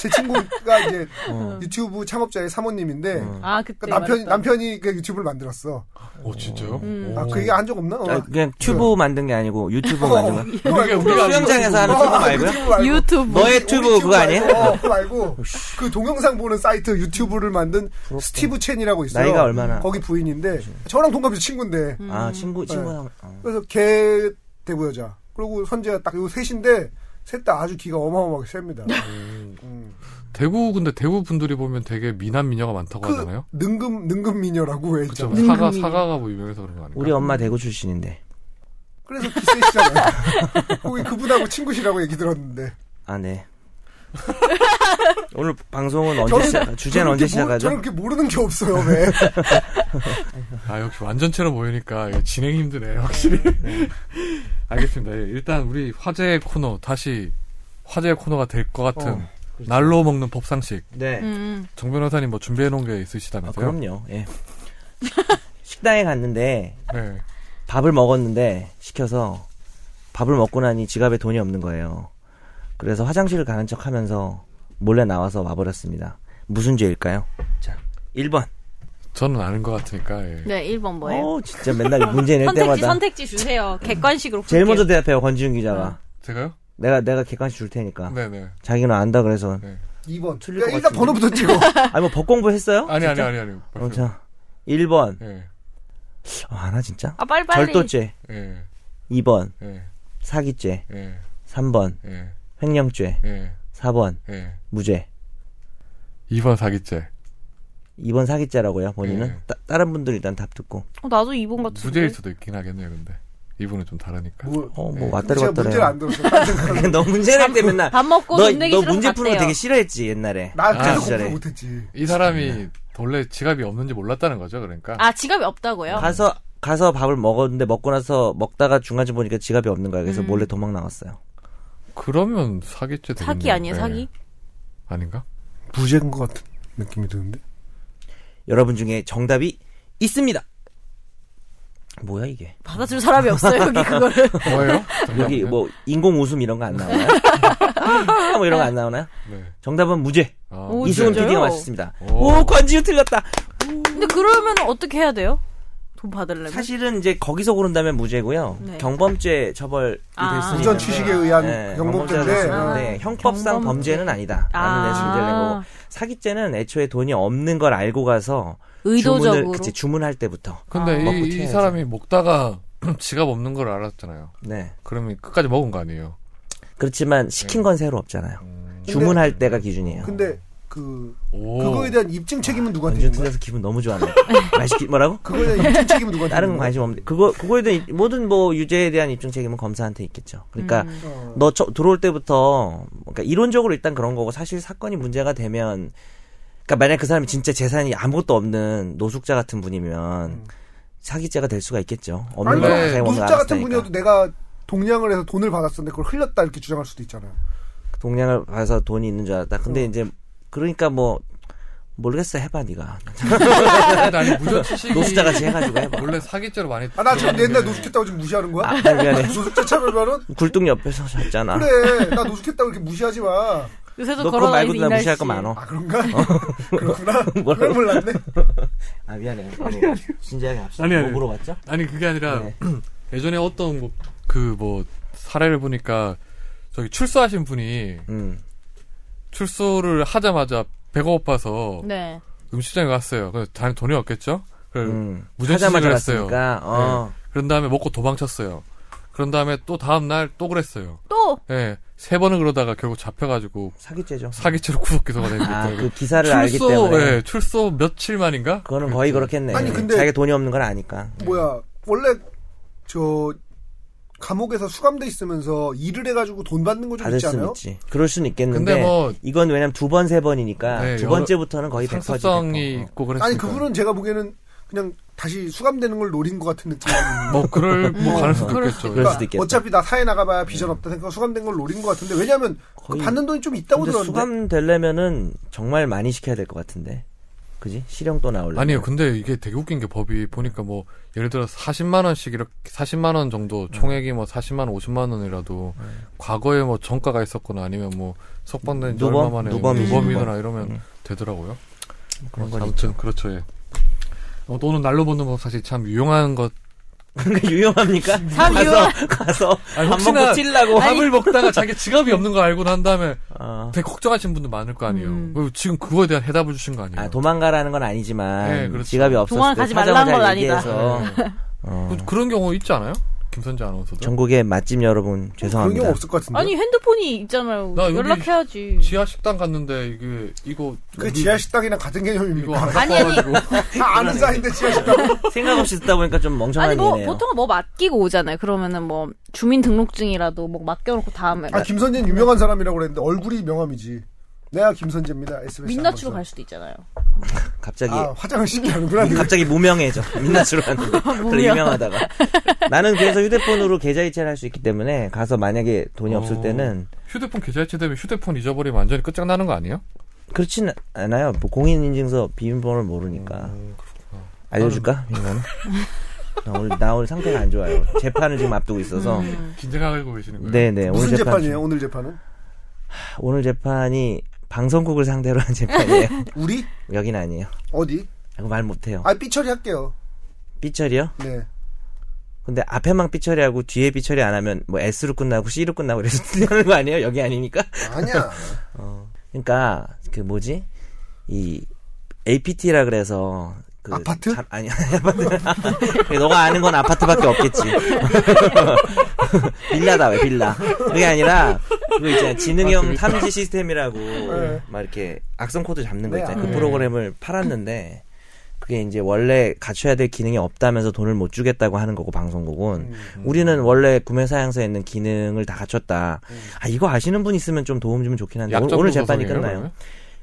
[SPEAKER 3] 제 친구가 이제
[SPEAKER 4] 어.
[SPEAKER 3] 유튜브 창업자의 사모님인데
[SPEAKER 4] 어.
[SPEAKER 2] 아, 그때.
[SPEAKER 3] 그러니까 남편
[SPEAKER 2] 말했던.
[SPEAKER 3] 남편이 그 유튜브를 만들었어.
[SPEAKER 1] 어, 진짜요?
[SPEAKER 2] 음.
[SPEAKER 1] 오.
[SPEAKER 3] 아 그 얘기 한 적 없나? 어.
[SPEAKER 4] 아, 그냥 튜브 만든 게 아니고 유튜브
[SPEAKER 3] 어,
[SPEAKER 4] 만든 거.
[SPEAKER 3] 그거 말고.
[SPEAKER 1] 그러니까 우리가 우리가
[SPEAKER 4] 수영장에서 하는 튜브 말고요?
[SPEAKER 3] 튜브 말고.
[SPEAKER 2] 유튜브.
[SPEAKER 4] 너의
[SPEAKER 3] 우리
[SPEAKER 4] 튜브 그거 아니에요?
[SPEAKER 3] 말고, 어, 그거 말고 그 동영상 보는 사이트 유튜브를 만든 스티브 첸이라고 있어요.
[SPEAKER 4] 나이가 얼마나?
[SPEAKER 3] 거기 부인인데 저랑 동갑이 친구인데
[SPEAKER 4] 아 친구
[SPEAKER 3] 네.
[SPEAKER 4] 친구랑. 어.
[SPEAKER 3] 그래서 걔 대구 여자 그리고 선재가 딱 요 셋인데 셋 다 아주 기가 어마어마하게 셉니다. 음.
[SPEAKER 1] 대구 근데 대구 분들이 보면 되게 미남 미녀가 많다고
[SPEAKER 3] 그
[SPEAKER 1] 하잖아요.
[SPEAKER 3] 능금 능금 미녀라고 왜
[SPEAKER 1] 그죠?
[SPEAKER 3] 있잖아.
[SPEAKER 1] 사가
[SPEAKER 2] 능금이네.
[SPEAKER 1] 사가가 뭐 유명해서 그런 거 아닌가?
[SPEAKER 4] 우리 엄마 대구 출신인데.
[SPEAKER 3] 그래서 기세시잖아요. 거기 그분하고 친구시라고 얘기 들었는데
[SPEAKER 4] 아 네. 오늘 방송은 언제
[SPEAKER 3] 저는-
[SPEAKER 4] 시작? 주제는 언제
[SPEAKER 3] 저는 뭐 그렇게
[SPEAKER 4] 시작하죠?
[SPEAKER 3] 모르- 저는 그렇게 모르는 게 없어요. 왜?
[SPEAKER 1] 아 역시 완전체로 모이니까 이게 진행이 힘드네 확실히. 알겠습니다. 예, 일단 우리 화제 코너 다시 화제 코너가 될 것 같은
[SPEAKER 4] 어, 그렇죠.
[SPEAKER 1] 날로 먹는 법상식
[SPEAKER 4] 네.
[SPEAKER 2] 음.
[SPEAKER 1] 정 변호사님 뭐 준비해 놓은 게
[SPEAKER 4] 아,
[SPEAKER 1] 있으시다면서요?
[SPEAKER 4] 그럼요. 예. 식당에 갔는데
[SPEAKER 1] 네.
[SPEAKER 4] 밥을 먹었는데 시켜서 밥을 먹고 나니 지갑에 돈이 없는 거예요. 그래서 화장실을 가는 척 하면서 몰래 나와서 와버렸습니다. 무슨 죄일까요? 자, 1번.
[SPEAKER 1] 저는 아는 것 같으니까. 예.
[SPEAKER 2] 네, 1번 뭐예요?
[SPEAKER 4] 어, 진짜 맨날 문제 낼 때마다.
[SPEAKER 2] 선택지, 선택지 주세요. 객관식으로.
[SPEAKER 4] 제일
[SPEAKER 2] 볼게요.
[SPEAKER 4] 먼저 대답해요, 권지윤 기자가.
[SPEAKER 1] 제가요?
[SPEAKER 4] 내가, 내가 객관식 줄 테니까.
[SPEAKER 1] 네네.
[SPEAKER 4] 자기는 안다 그래서.
[SPEAKER 3] 2번.
[SPEAKER 4] 틀릴 것
[SPEAKER 3] 일단
[SPEAKER 4] 같은데.
[SPEAKER 3] 번호부터 찍어.
[SPEAKER 4] 아니, 뭐, 법 공부 했어요?
[SPEAKER 1] 아니 아니 아니 아니.
[SPEAKER 4] 어, 자, 1번.
[SPEAKER 1] 예.
[SPEAKER 4] 아, 하나 진짜?
[SPEAKER 2] 아, 빨리빨리.
[SPEAKER 4] 절도죄.
[SPEAKER 1] 예.
[SPEAKER 4] 2번.
[SPEAKER 1] 예.
[SPEAKER 4] 사기죄.
[SPEAKER 1] 예.
[SPEAKER 4] 3번.
[SPEAKER 1] 예.
[SPEAKER 4] 횡령죄.
[SPEAKER 1] 예.
[SPEAKER 4] 4번.
[SPEAKER 1] 예.
[SPEAKER 4] 무죄.
[SPEAKER 1] 2번 사기죄.
[SPEAKER 4] 2번 사기죄라고요, 본인은?
[SPEAKER 2] 네.
[SPEAKER 1] 예.
[SPEAKER 4] 따- 다른 분들 일단 답 듣고.
[SPEAKER 2] 어, 나도 2번 같은데.
[SPEAKER 1] 무죄일 수도 있긴 하겠네요, 근데. 이분은 좀 다르니까.
[SPEAKER 3] 뭐,
[SPEAKER 4] 어,
[SPEAKER 1] 네.
[SPEAKER 4] 뭐 왔다리
[SPEAKER 3] 제가
[SPEAKER 4] 갔다리.
[SPEAKER 3] 문제를 안 들었어.
[SPEAKER 4] 너 문제 낼때 맨날.
[SPEAKER 2] 밥 먹고
[SPEAKER 4] 너,
[SPEAKER 2] 돈 내기
[SPEAKER 4] 너
[SPEAKER 2] 싫어서
[SPEAKER 4] 문제 푸는 거
[SPEAKER 2] 갔대요.
[SPEAKER 4] 되게 싫어했지, 옛날에.
[SPEAKER 3] 나
[SPEAKER 1] 아,
[SPEAKER 3] 그래서
[SPEAKER 4] 진짜래.
[SPEAKER 3] 공부 못했지.
[SPEAKER 1] 이 사람이 원래 지갑이 없는지 몰랐다는 거죠, 그러니까.
[SPEAKER 2] 아, 지갑이 없다고요?
[SPEAKER 4] 가서, 가서 밥을 먹었는데 먹고 나서 먹다가 중간쯤 보니까 지갑이 없는 거야. 그래서
[SPEAKER 2] 음.
[SPEAKER 4] 몰래 도망 나왔어요.
[SPEAKER 1] 그러면 사기죄 되겠네요.
[SPEAKER 2] 사기 아니에요,
[SPEAKER 1] 네.
[SPEAKER 2] 사기?
[SPEAKER 1] 아닌가?
[SPEAKER 3] 부재인 것 같은 느낌이 드는데.
[SPEAKER 4] 여러분 중에 정답이 있습니다. 뭐야 이게?
[SPEAKER 2] 받아줄 사람이 없어요, 여기 그거를.
[SPEAKER 1] 뭐예요?
[SPEAKER 4] 여기
[SPEAKER 1] 정답은요?
[SPEAKER 4] 뭐 인공 웃음 이런 거 안 나오나요? 아, 뭐 이런 거 안 나오나요?
[SPEAKER 1] 네.
[SPEAKER 4] 정답은 무죄.
[SPEAKER 1] 아,
[SPEAKER 2] 오,
[SPEAKER 1] 네.
[SPEAKER 4] 이승훈
[SPEAKER 2] 진짜요?
[SPEAKER 4] PD가 맞췄습니다.
[SPEAKER 1] 오.
[SPEAKER 4] 오, 권지우 틀렸다.
[SPEAKER 2] 근데 그러면 어떻게 해야 돼요? 돈 받으려면?
[SPEAKER 4] 사실은 이제 거기서 고른다면 무죄고요.
[SPEAKER 2] 네.
[SPEAKER 4] 경범죄 처벌이
[SPEAKER 2] 아.
[SPEAKER 4] 됐으니까.
[SPEAKER 3] 운전 취식에 의한
[SPEAKER 4] 네. 경범죄가
[SPEAKER 3] 경범죄인데
[SPEAKER 4] 됐었는데
[SPEAKER 2] 아.
[SPEAKER 4] 형법상
[SPEAKER 2] 경범죄.
[SPEAKER 4] 범죄는 아니다. 라는 내심를낸 거고. 사기죄는 애초에 돈이 없는 걸 알고 가서
[SPEAKER 2] 의도적으로.
[SPEAKER 4] 주문을 그치, 주문할 때부터.
[SPEAKER 2] 아.
[SPEAKER 1] 근데
[SPEAKER 4] 먹고
[SPEAKER 1] 이, 이
[SPEAKER 4] 튀어야죠.
[SPEAKER 1] 사람이 먹다가 지갑 없는 걸 알았잖아요.
[SPEAKER 4] 네.
[SPEAKER 1] 그러면 끝까지 먹은 거 아니에요?
[SPEAKER 4] 그렇지만 시킨 건 새로 없잖아요.
[SPEAKER 1] 음.
[SPEAKER 4] 주문할 때가 기준이에요.
[SPEAKER 3] 근데 그
[SPEAKER 1] 오.
[SPEAKER 3] 그거에 대한 입증 책임은 누구한테
[SPEAKER 4] 완전
[SPEAKER 3] 있는 거야?
[SPEAKER 4] 틀려서 기분 너무 좋아하네. 맛있기 뭐라고?
[SPEAKER 3] 그거에 대한 입증 책임은 누구한테
[SPEAKER 4] 다른
[SPEAKER 3] 있는
[SPEAKER 4] 건
[SPEAKER 3] 거야?
[SPEAKER 4] 관심 없는데 그거 그거에 대한 모든 뭐 유죄에 대한 입증 책임은 검사한테 있겠죠. 그러니까
[SPEAKER 2] 음.
[SPEAKER 3] 어.
[SPEAKER 4] 너 저, 들어올 때부터 그러니까 이론적으로 일단 그런 거고 사실 사건이 문제가 되면 그러니까 만약 그 사람이 진짜 재산이 아무것도 없는 노숙자 같은 분이면
[SPEAKER 3] 음.
[SPEAKER 4] 사기죄가 될 수가 있겠죠.
[SPEAKER 3] 아니
[SPEAKER 4] 없는
[SPEAKER 1] 원래
[SPEAKER 4] 거
[SPEAKER 1] 네.
[SPEAKER 3] 그
[SPEAKER 4] 사용을
[SPEAKER 3] 노숙자 같은 분이어도
[SPEAKER 4] 알았다니까.
[SPEAKER 3] 내가 동량을 해서 돈을 받았었는데 그걸 흘렸다 이렇게 주장할 수도 있잖아요.
[SPEAKER 4] 동량을 봐서 돈이 있는 줄 알았다. 근데
[SPEAKER 3] 어.
[SPEAKER 4] 이제 그러니까 뭐 모르겠어 해봐 네가
[SPEAKER 1] 아니 무전 취식이
[SPEAKER 4] 노숙자 같이 해가지고 해봐.
[SPEAKER 1] 원래 사기죄로 많이
[SPEAKER 3] 아, 나 지금
[SPEAKER 1] 들어가는
[SPEAKER 3] 옛날
[SPEAKER 1] 게
[SPEAKER 3] 노숙했다고 지금 무시하는 거야?
[SPEAKER 4] 네. 아 미안해.
[SPEAKER 3] 노숙자 차별면은
[SPEAKER 4] 굴뚝 옆에서 잤잖아.
[SPEAKER 3] 그래, 나 노숙했다고 이렇게 무시하지 마.
[SPEAKER 2] 요새도
[SPEAKER 4] 너 그거
[SPEAKER 2] 걸어다니는
[SPEAKER 4] 말고도 나
[SPEAKER 2] 이날
[SPEAKER 4] 무시할 거
[SPEAKER 2] 씨.
[SPEAKER 4] 많어.
[SPEAKER 3] 아, 그런가? 그렇구나. 그걸
[SPEAKER 4] 뭐라고?
[SPEAKER 3] 몰랐네.
[SPEAKER 4] 아 미안해. 아니, 진지하게 합시다.
[SPEAKER 1] 아니, 아니.
[SPEAKER 4] 뭐 물어봤죠?
[SPEAKER 1] 아니 그게 아니라
[SPEAKER 4] 네.
[SPEAKER 1] 예전에 어떤 뭐, 그 뭐 사례를 보니까 저기 출소하신 분이
[SPEAKER 4] 음.
[SPEAKER 1] 출소를 하자마자 배고파서
[SPEAKER 2] 네.
[SPEAKER 1] 음식점에 갔어요. 그래서 단 돈이 없겠죠? 그래서
[SPEAKER 4] 음.
[SPEAKER 1] 무전취식을 했어요. 네.
[SPEAKER 4] 갔으니까, 어.
[SPEAKER 1] 그런 다음에 먹고 도망쳤어요. 그런 다음에 또 다음 날 또 그랬어요.
[SPEAKER 2] 또!
[SPEAKER 1] 예, 세 번은 그러다가 결국 잡혀가지고
[SPEAKER 4] 사기죄죠.
[SPEAKER 1] 사기죄로 구속기소가 된
[SPEAKER 4] 아,
[SPEAKER 1] 거예요.
[SPEAKER 4] 그 기사를 알기 때문에.
[SPEAKER 1] 예, 출소 며칠 만인가?
[SPEAKER 4] 그거는 거의 그렇겠네.
[SPEAKER 3] 아니, 근데-
[SPEAKER 4] 자기가 돈이 없는 걸 아니까.
[SPEAKER 3] 뭐야, 원래 저 감옥에서 수감돼 있으면서 일을 해가지고 돈 받는 거 좀
[SPEAKER 4] 받을
[SPEAKER 3] 있지
[SPEAKER 4] 수는
[SPEAKER 3] 않아요?
[SPEAKER 4] 있지. 그럴 수는 있겠는데.
[SPEAKER 1] 근데 뭐-
[SPEAKER 4] 이건 왜냐면 두 번, 세 번이니까.
[SPEAKER 1] 네,
[SPEAKER 4] 두
[SPEAKER 1] 여러-
[SPEAKER 4] 번째부터는 거의 어. 100%.
[SPEAKER 1] 상습성이 있고 그랬으니까.
[SPEAKER 3] 아니, 그분은 제가 보기에는 그냥 다시 수감되는 걸 노린 것 같은 느낌이 드는데.
[SPEAKER 1] 뭐 그럴 뭐 가능성도
[SPEAKER 2] 그럴
[SPEAKER 1] 있겠죠.
[SPEAKER 2] 수도
[SPEAKER 4] 그럴 수도 있겠다.
[SPEAKER 3] 어차피 나 사회 나가봐야 비전 없다 생각하고 수감된 걸 노린 것 같은데 왜냐면 그
[SPEAKER 4] 어, 거의-
[SPEAKER 3] 받는 돈이 좀 있다고
[SPEAKER 4] 근데
[SPEAKER 3] 들었는데
[SPEAKER 4] 수감되려면은 정말 많이 시켜야 될 것 같은데. 그지? 실형도 나올래.
[SPEAKER 1] 아니요, 근데 이게 되게 웃긴 게 법이 보니까 뭐 예를 들어 40만 원씩 이렇게 40만 원 정도
[SPEAKER 4] 네.
[SPEAKER 1] 총액이 뭐 40만 원, 50만 원이라도 과거에 뭐 정가가 있었거나 아니면 뭐 석방된 지
[SPEAKER 4] 누범?
[SPEAKER 1] 얼마 만에 뭐
[SPEAKER 4] 누범이지,
[SPEAKER 1] 누범이거나
[SPEAKER 4] 누범.
[SPEAKER 1] 이러면
[SPEAKER 4] 음.
[SPEAKER 1] 되더라고요.
[SPEAKER 4] 뭐 그런 거
[SPEAKER 1] 아무튼 그렇죠. 예. 어, 또 오늘 날로 보는 법 사실 참 유용한 것.
[SPEAKER 4] 그러니까 유용합니까?
[SPEAKER 2] 참
[SPEAKER 4] 가서,
[SPEAKER 2] 유용한-
[SPEAKER 4] 가서.
[SPEAKER 1] 아니,
[SPEAKER 4] 밥
[SPEAKER 1] 혹시나
[SPEAKER 4] 먹고 찔라고.
[SPEAKER 1] 밥을 먹다가 자기 지갑이 없는 거 알고 난 다음에
[SPEAKER 4] 어.
[SPEAKER 1] 되게 걱정하신 분들 많을 거 아니에요.
[SPEAKER 2] 음.
[SPEAKER 1] 그리고 지금 그거에 대한 해답을 주신 거 아니에요.
[SPEAKER 4] 아, 도망가라는 건 아니지만.
[SPEAKER 1] 네, 그렇죠.
[SPEAKER 4] 지갑이 없었을 때
[SPEAKER 2] 도망가지 말라는
[SPEAKER 4] 찾아보자
[SPEAKER 2] 건 아니다.
[SPEAKER 4] 얘기해서. 어.
[SPEAKER 1] 그- 그런 경우 있지 않아요? 김선재 아나운서도.
[SPEAKER 4] 전국의 맛집 여러분
[SPEAKER 3] 그런
[SPEAKER 4] 죄송합니다.
[SPEAKER 3] 경우 없을 것 같은데.
[SPEAKER 2] 아니, 핸드폰이 있잖아요.
[SPEAKER 1] 나 여기
[SPEAKER 2] 연락해야지.
[SPEAKER 1] 지하 식당 갔는데 이게 이거
[SPEAKER 3] 그
[SPEAKER 1] 우리
[SPEAKER 3] 지하 식당이랑 같은
[SPEAKER 1] 이거
[SPEAKER 3] 개념입니까?
[SPEAKER 1] 안
[SPEAKER 2] 아니, 아니.
[SPEAKER 1] 바꿔가지고
[SPEAKER 3] 다 아는 사이인데 지하 식당.
[SPEAKER 4] 생각 없이 듣다 보니까 좀 멍청한
[SPEAKER 2] 아니, 뭐,
[SPEAKER 4] 일이네요.
[SPEAKER 2] 보통은 뭐 맡기고 오잖아요. 그러면은 뭐, 주민등록증이라도 뭐 맡겨놓고 다음에.
[SPEAKER 1] 네.
[SPEAKER 3] 아 김선재는 유명한 사람이라고 그랬는데 얼굴이 명함이지. 내가 김선재입니다. SBS.
[SPEAKER 2] 민낯으로 갈
[SPEAKER 3] 한국에서.
[SPEAKER 2] 수도 있잖아요.
[SPEAKER 4] 갑자기
[SPEAKER 1] 예.
[SPEAKER 4] 음,
[SPEAKER 3] 아 화장을 쉽게 하는구나.
[SPEAKER 4] 갑자기 무명해져 민낯으로 하는데 그래 유명하다가 나는 그래서 휴대폰으로 계좌이체를 할 수 있기 때문에 가서 만약에 돈이 없을
[SPEAKER 1] 어.
[SPEAKER 4] 때는
[SPEAKER 1] 휴대폰 계좌이체 되면 휴대폰 잊어버리면 완전히 끝장나는 거 아니에요?
[SPEAKER 4] 그렇진 않아요 뭐 공인인증서 비밀번호를 모르니까
[SPEAKER 3] 음,
[SPEAKER 4] 알려줄까 비밀번호 나 오늘 나 오늘 상태가 안 좋아요 재판을 지금 앞두고 있어서
[SPEAKER 1] 음.
[SPEAKER 2] 음.
[SPEAKER 1] 긴장하고 계시는 거예요.
[SPEAKER 4] 네네 오늘
[SPEAKER 3] 무슨
[SPEAKER 4] 재판
[SPEAKER 3] 재판이에요? 오늘 재판은?
[SPEAKER 4] 오늘 재판이 방송국을 상대로 한 재판이에요
[SPEAKER 3] 우리
[SPEAKER 4] 여긴 아니에요
[SPEAKER 3] 어디?
[SPEAKER 4] 이거 말 못해요
[SPEAKER 3] 아 삐처리 할게요.
[SPEAKER 4] 삐처리요
[SPEAKER 3] 네.
[SPEAKER 4] 근데 앞에만 삐처리하고 뒤에 삐처리 안 하면 뭐 S로 끝나고 C로 끝나고 그래서 틀리는 거 아니에요? 여기 아니니까.
[SPEAKER 3] 아니야.
[SPEAKER 4] 그러니까 그 뭐지 이 APT라 그래서 그
[SPEAKER 3] 아파트?
[SPEAKER 4] 자- 아니 아파트. 너가 아는 건 아파트밖에 없겠지. 빌라다 왜 빌라? 그게 아니라 그 이제 지능형
[SPEAKER 1] 맞습니다.
[SPEAKER 4] 탐지 시스템이라고
[SPEAKER 3] 네.
[SPEAKER 4] 막 이렇게 악성 코드 잡는 거
[SPEAKER 3] 네,
[SPEAKER 4] 있잖아요. 그
[SPEAKER 1] 네.
[SPEAKER 4] 프로그램을 팔았는데 그게 이제 원래 갖춰야 될 기능이 없다면서 돈을 못 주겠다고 하는 거고 방송국은
[SPEAKER 3] 음,
[SPEAKER 4] 우리는 원래 구매 사양서에 있는 기능을 다 갖췄다. 아 이거 아시는 분 있으면 좀 도움 주면 좋긴 한데 오늘,
[SPEAKER 1] 약점
[SPEAKER 4] 오늘 재판이
[SPEAKER 1] 구성이에요,
[SPEAKER 4] 끝나요.
[SPEAKER 1] 그러면?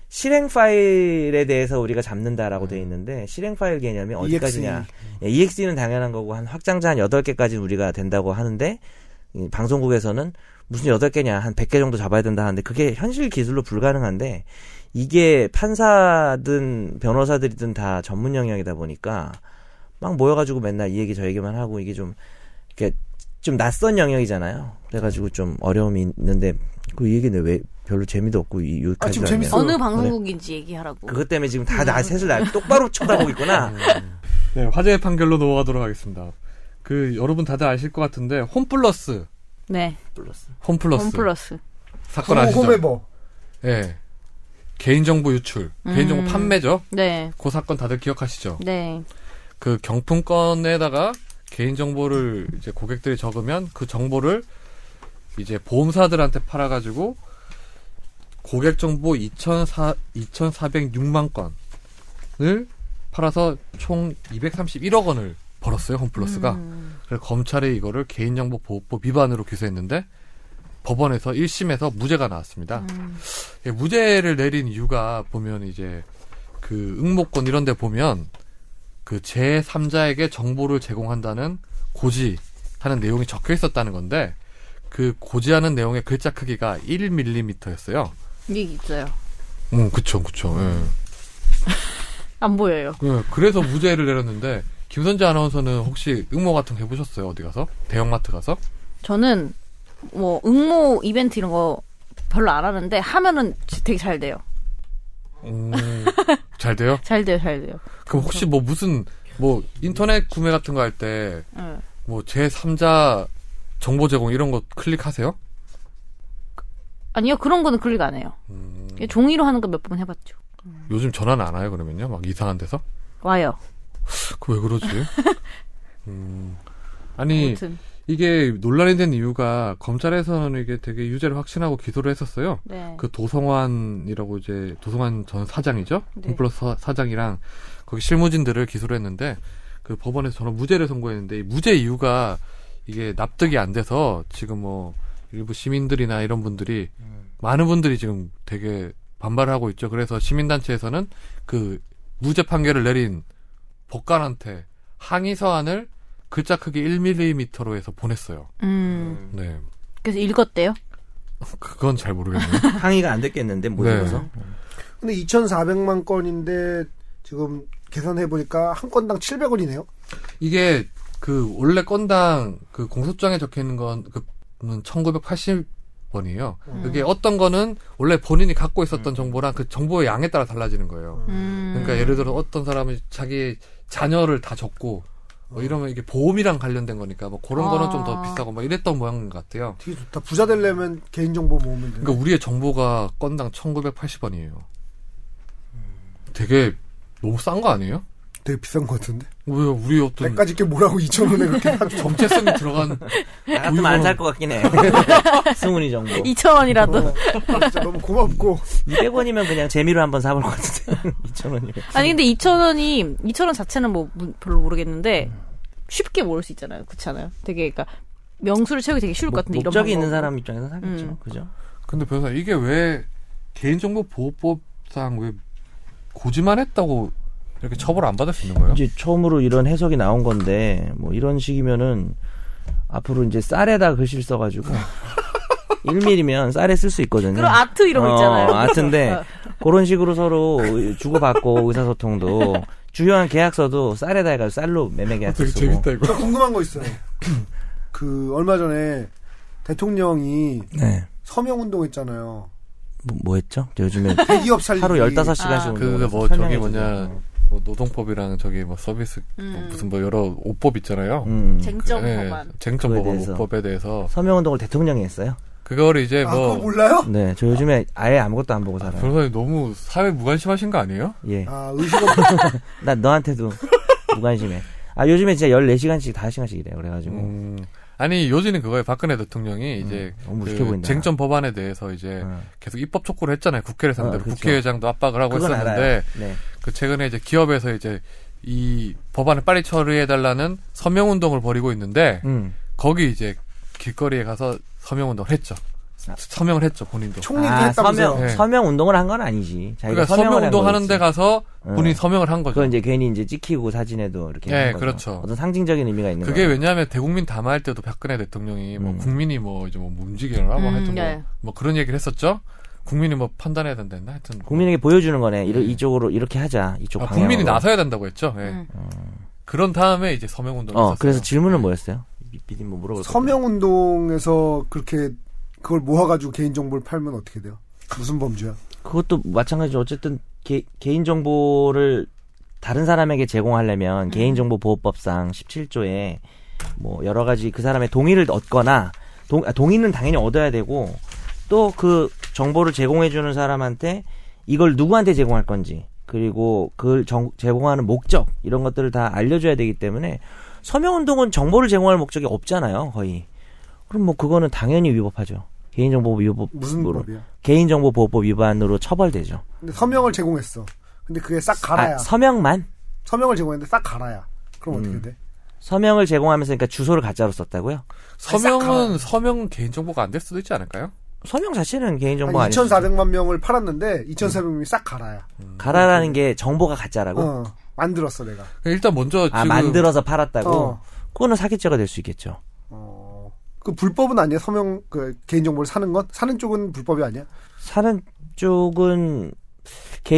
[SPEAKER 4] 실행 파일에 대해서 우리가 잡는다라고 돼 있는데 실행 파일 개념이 어디까지냐? 예, EXE는 당연한 거고 한 확장자 한 8개까지 우리가 된다고 하는데 이 방송국에서는 무슨 8개냐 한 100개 정도 잡아야 된다 하는데 그게 현실 기술로 불가능한데 이게 판사든 변호사들이든 다 전문 영역이다 보니까 막 모여가지고 맨날 이 얘기 저 얘기만 하고 이게 좀 이렇게 좀 낯선 영역이잖아요. 그래가지고 좀 어려움이 있는데 그 얘기는 왜 별로 재미도 없고 이
[SPEAKER 3] 아,
[SPEAKER 4] 여기까지
[SPEAKER 3] 지금
[SPEAKER 4] 그, 왔네요.
[SPEAKER 3] 재밌어요.
[SPEAKER 2] 어느 방송국인지 얘기하라고.
[SPEAKER 4] 그것 때문에 지금 다 나, 셋을 날 똑바로 쳐다보고 있구나.
[SPEAKER 1] 네, 화제의 판결로 넘어가도록 하겠습니다. 그 여러분 다들 아실 것 같은데 홈플러스,
[SPEAKER 2] 네.
[SPEAKER 1] 홈플러스,
[SPEAKER 2] 홈플러스.
[SPEAKER 1] 사건
[SPEAKER 3] 구호
[SPEAKER 1] 아시죠?
[SPEAKER 3] 어, 홈웨버.
[SPEAKER 1] 예. 개인정보 유출,
[SPEAKER 2] 음.
[SPEAKER 1] 개인정보 판매죠.
[SPEAKER 2] 네.
[SPEAKER 1] 그 사건 다들 기억하시죠?
[SPEAKER 2] 네.
[SPEAKER 1] 그 경품권에다가 개인정보를 이제 고객들이 적으면 그 정보를 이제 보험사들한테 팔아가지고 고객정보 2,400, 2,406만 건을 팔아서 총 231억 원을 벌었어요, 홈플러스가.
[SPEAKER 2] 음.
[SPEAKER 1] 그래서 검찰이 이거를 개인정보보호법 위반으로 기소했는데 법원에서 1심에서 무죄가 나왔습니다.
[SPEAKER 2] 음.
[SPEAKER 1] 예, 무죄를 내린 이유가 보면 이제 그 응모권 이런 데 보면 그 제3자에게 정보를 제공한다는 고지하는 내용이 적혀 있었다는 건데 그 고지하는 내용의 글자 크기가 1mm였어요.
[SPEAKER 2] 이게 있어요.
[SPEAKER 1] 음, 그쵸, 그쵸.
[SPEAKER 2] 안 보여요.
[SPEAKER 1] 예. 예, 그래서 무죄를 내렸는데 김선재 아나운서는 혹시 응모 같은 거 해보셨어요? 어디 가서? 대형마트 가서?
[SPEAKER 2] 저는 뭐 응모 이벤트 이런 거 별로 안 하는데 하면은 지- 되게 잘 돼요.
[SPEAKER 1] 음, 잘 돼요?
[SPEAKER 2] 잘 돼요, 잘 돼요.
[SPEAKER 1] 그럼 혹시 뭐 무슨 뭐 인터넷 구매 같은 거 할 때 뭐
[SPEAKER 2] 예.
[SPEAKER 1] 제3자 정보 제공 이런 거 클릭하세요?
[SPEAKER 2] 아니요, 그런 거는 클릭 안 해요.
[SPEAKER 1] 음,
[SPEAKER 2] 예, 종이로 하는 거 몇 번 해봤죠.
[SPEAKER 1] 요즘 전화는 안 와요 그러면요? 막 이상한 데서?
[SPEAKER 2] 와요.
[SPEAKER 1] 그 왜 그러지? 음, 아니
[SPEAKER 2] 아무튼
[SPEAKER 1] 이게 논란이 된 이유가 검찰에서는 이게 되게 유죄를 확신하고 기소를 했었어요.
[SPEAKER 2] 네.
[SPEAKER 1] 그 도성환이라고 이제 도성환 전 사장이죠.
[SPEAKER 2] 네.
[SPEAKER 1] 홈플러스 사- 사장이랑 거기 실무진들을 기소를 했는데 그 법원에서 저는 무죄를 선고했는데 이 무죄 이유가 이게 납득이 안 돼서 지금 뭐 일부 시민들이나 이런 분들이 많은 분들이 지금 되게 반발을 하고 있죠. 그래서 시민단체에서는 그 무죄 판결을 내린 법관한테 항의 서한을 글자 크기 1mm로 해서 보냈어요.
[SPEAKER 2] 음,
[SPEAKER 1] 네.
[SPEAKER 2] 그래서 읽었대요.
[SPEAKER 1] 그건 잘 모르겠네요.
[SPEAKER 4] 항의가 안 됐겠는데 못
[SPEAKER 1] 네.
[SPEAKER 4] 읽어서.
[SPEAKER 3] 근데 2,400만 건인데 지금 계산해 보니까 한 건당 700원이네요.
[SPEAKER 1] 이게 그 원래 건당 그 공소장에 적혀 있는 건 그는 1980원이에요. 그게
[SPEAKER 2] 음.
[SPEAKER 1] 어떤 거는 원래 본인이 갖고 있었던 정보랑 그 정보의 양에 따라 달라지는 거예요.
[SPEAKER 2] 음.
[SPEAKER 1] 그러니까 예를 들어 어떤 사람이 자기 자녀를 다 적고 뭐 이러면 이게 보험이랑 관련된 거니까 뭐 그런 거는
[SPEAKER 2] 어. 아.
[SPEAKER 1] 좀 더 비싸고 막 이랬던 모양 같아요.
[SPEAKER 3] 되게 좋다. 부자 되려면 개인정보 모으면 되네.
[SPEAKER 1] 그러니까 우리의 정보가 건당 1980원이에요.
[SPEAKER 2] 음.
[SPEAKER 1] 되게 너무 싼 거 아니에요?
[SPEAKER 3] 되게 비싼 것 같은데.
[SPEAKER 1] 왜 우리 어떤
[SPEAKER 3] 내까지 게 뭐라고 2,000원에 그렇게
[SPEAKER 1] 정체성이 들어간
[SPEAKER 4] 나 같으면 안 살 것 같긴 해. 승훈이 정보.
[SPEAKER 2] 2,000원이라도.
[SPEAKER 3] 어, 진짜 너무 고맙고
[SPEAKER 4] 200원이면 그냥 재미로 한번 사볼 것 같은데. 2,000원이면.
[SPEAKER 2] 아니, 근데 2,000원이, 2,000원 자체는 뭐 무- 별로 모르겠는데
[SPEAKER 1] 음.
[SPEAKER 2] 쉽게 모을 수 있잖아요. 그렇지 않아요? 되게, 그러니까 명수를 채우기 되게 쉬울 것 같은데 이런
[SPEAKER 4] 목적이 있는
[SPEAKER 2] 방법으로.
[SPEAKER 4] 사람 입장에서 사겠죠.
[SPEAKER 2] 음.
[SPEAKER 4] 그죠?
[SPEAKER 1] 근데 변호사 이게 왜 개인정보 보호법상 왜 고지만 했다고 이렇게 처벌 안 받을 수 있는 거예요?
[SPEAKER 4] 이제 처음으로 이런 해석이 나온 건데 뭐 이런 식이면은 앞으로 이제 쌀에다 글씨를 써가지고 1mm면 쌀에 쓸 수 있거든요.
[SPEAKER 2] 그런 아트 이런 거 있잖아요.
[SPEAKER 4] 어, 아트인데 그런 식으로 서로 주고받고 의사소통도 주요한 계약서도 쌀에다 해가지고 쌀로 매매
[SPEAKER 1] 아,
[SPEAKER 4] 계약서 쓰고
[SPEAKER 1] 이거.
[SPEAKER 3] 궁금한 거 있어요. 그 얼마 전에 대통령이
[SPEAKER 4] 네.
[SPEAKER 3] 서명 운동했잖아요.
[SPEAKER 4] 뭐, 뭐 했죠? 요즘에
[SPEAKER 3] 대기업 살리기.
[SPEAKER 4] 하루 15시간씩
[SPEAKER 2] 아.
[SPEAKER 1] 그거 뭐 저기 뭐냐 뭐 노동법이랑 저기 뭐 서비스 뭐
[SPEAKER 2] 음.
[SPEAKER 1] 무슨 뭐 여러 오법 있잖아요.
[SPEAKER 4] 음.
[SPEAKER 2] 쟁점
[SPEAKER 1] 예,
[SPEAKER 2] 법안.
[SPEAKER 1] 쟁점
[SPEAKER 4] 그거에
[SPEAKER 1] 법안
[SPEAKER 4] 대해서.
[SPEAKER 1] 오법에 대해서
[SPEAKER 4] 서명운동을 대통령이 했어요.
[SPEAKER 1] 그거를 이제
[SPEAKER 3] 아, 그거
[SPEAKER 1] 뭐
[SPEAKER 3] 몰라요?
[SPEAKER 4] 네, 저 요즘에 아예 아무것도 안 보고 살아요.
[SPEAKER 1] 변호사님 너무 사회 무관심하신 거 아니에요?
[SPEAKER 4] 예.
[SPEAKER 3] 아, 의식업
[SPEAKER 4] 나 너한테도 무관심해. 아, 요즘에 진짜 14시간씩, 5시간씩 이래요. 그래가지고.
[SPEAKER 1] 음. 아니 요지는 그거예요. 박근혜 대통령이 이제
[SPEAKER 4] 음. 너무
[SPEAKER 1] 그
[SPEAKER 4] 시켜 보인다.
[SPEAKER 1] 쟁점 법안에 대해서 이제
[SPEAKER 4] 어.
[SPEAKER 1] 계속 입법 촉구를 했잖아요. 국회를 상대로
[SPEAKER 4] 어, 그쵸.
[SPEAKER 1] 국회의장도 압박을 하고
[SPEAKER 4] 그건
[SPEAKER 1] 했었는데
[SPEAKER 4] 알아요. 네.
[SPEAKER 1] 그 최근에 이제 기업에서 이제 이 법안을 빨리 처리해달라는 서명 운동을 벌이고 있는데
[SPEAKER 4] 음.
[SPEAKER 1] 거기 이제 길거리에 가서 서명 운동을 했죠. 서명을 했죠 본인도.
[SPEAKER 3] 총리도
[SPEAKER 4] 아,
[SPEAKER 3] 했다면서요.
[SPEAKER 4] 서명,
[SPEAKER 1] 네.
[SPEAKER 4] 서명 운동을 한 건 아니지. 자기가
[SPEAKER 1] 그러니까 서명
[SPEAKER 4] 서명을
[SPEAKER 1] 운동
[SPEAKER 4] 한 거지.
[SPEAKER 1] 하는데 가서 본인 이
[SPEAKER 4] 응.
[SPEAKER 1] 서명을 한 거죠.
[SPEAKER 4] 그건 이제 괜히 이제 찍히고 사진에도 이렇게.
[SPEAKER 1] 예,
[SPEAKER 4] 하는 거죠.
[SPEAKER 1] 그렇죠.
[SPEAKER 4] 어떤 상징적인 의미가 있는
[SPEAKER 1] 그게
[SPEAKER 4] 거죠.
[SPEAKER 1] 왜냐하면 대국민 담화할 때도 박근혜 대통령이 뭐
[SPEAKER 4] 음.
[SPEAKER 1] 국민이 뭐 이제 뭐 움직이라고
[SPEAKER 2] 음,
[SPEAKER 1] 하여튼 뭐,
[SPEAKER 2] 네.
[SPEAKER 1] 뭐 그런 얘기를 했었죠. 국민이 뭐 판단해야 된다 했나 하여튼 뭐.
[SPEAKER 4] 국민에게 보여주는 거네. 이러, 이쪽으로 이렇게 하자. 이쪽
[SPEAKER 1] 아,
[SPEAKER 4] 방향으로.
[SPEAKER 1] 국민이 나서야 된다고 했죠.
[SPEAKER 4] 네.
[SPEAKER 1] 예.
[SPEAKER 2] 음.
[SPEAKER 4] 그렇죠.
[SPEAKER 1] 그런 다음에 이제 서명 운동을
[SPEAKER 4] 어,
[SPEAKER 1] 했었어요.
[SPEAKER 4] 그래서 질문은 뭐였어요? 비디 뭐 물어볼
[SPEAKER 3] 서명 운동에서 그렇게 그걸 모아가지고 개인 정보를 팔면 어떻게 돼요? 무슨 범죄야?
[SPEAKER 4] 그것도 마찬가지죠. 어쨌든 개, 인 정보를 다른 사람에게 제공하려면 개인정보 보호법상 17조에 뭐 여러 가지 그 사람의 동의를 얻거나 동, 아, 동의는 당연히 얻어야 되고 또 그 정보를 제공해 주는 사람한테 이걸 누구한테 제공할 건지 그리고 그걸 정- 제공하는 목적 이런 것들을 다 알려줘야 되기 때문에 서명 운동은 정보를 제공할 목적이 없잖아요 거의 그럼 뭐 그거는 당연히 위법하죠 개인정보 위법
[SPEAKER 3] 무슨
[SPEAKER 4] 뭐로.
[SPEAKER 3] 법이야?
[SPEAKER 4] 개인정보보호법 위반으로 처벌되죠.
[SPEAKER 3] 근데 서명을 제공했어. 근데 그게 싹 갈아야.
[SPEAKER 4] 아, 서명만? 음.
[SPEAKER 3] 서명을 제공했는데 싹 갈아야. 그럼 어떻게 돼?
[SPEAKER 4] 서명을 제공하면서 그러니까 주소를 가짜로 썼다고요?
[SPEAKER 1] 서명은 서명은 개인 정보가 안 될 수도 있지 않을까요?
[SPEAKER 4] 서명 자체는 개인정보
[SPEAKER 3] 한
[SPEAKER 4] 아니죠.
[SPEAKER 3] 2,400만 명을 팔았는데 2,400명이 싹 갈아야.
[SPEAKER 4] 가라라는 게 정보가 가짜라고?
[SPEAKER 3] 어, 만들었어 내가.
[SPEAKER 1] 일단 먼저
[SPEAKER 4] 아,
[SPEAKER 1] 지금
[SPEAKER 4] 만들어서 팔았다고?
[SPEAKER 3] 어.
[SPEAKER 4] 그거는 사기죄가 될 수 있겠죠.
[SPEAKER 3] 어, 그 불법은 아니야 서명 그 개인 정보를 사는 건 사는 쪽은 불법이 아니야.
[SPEAKER 4] 사는 쪽은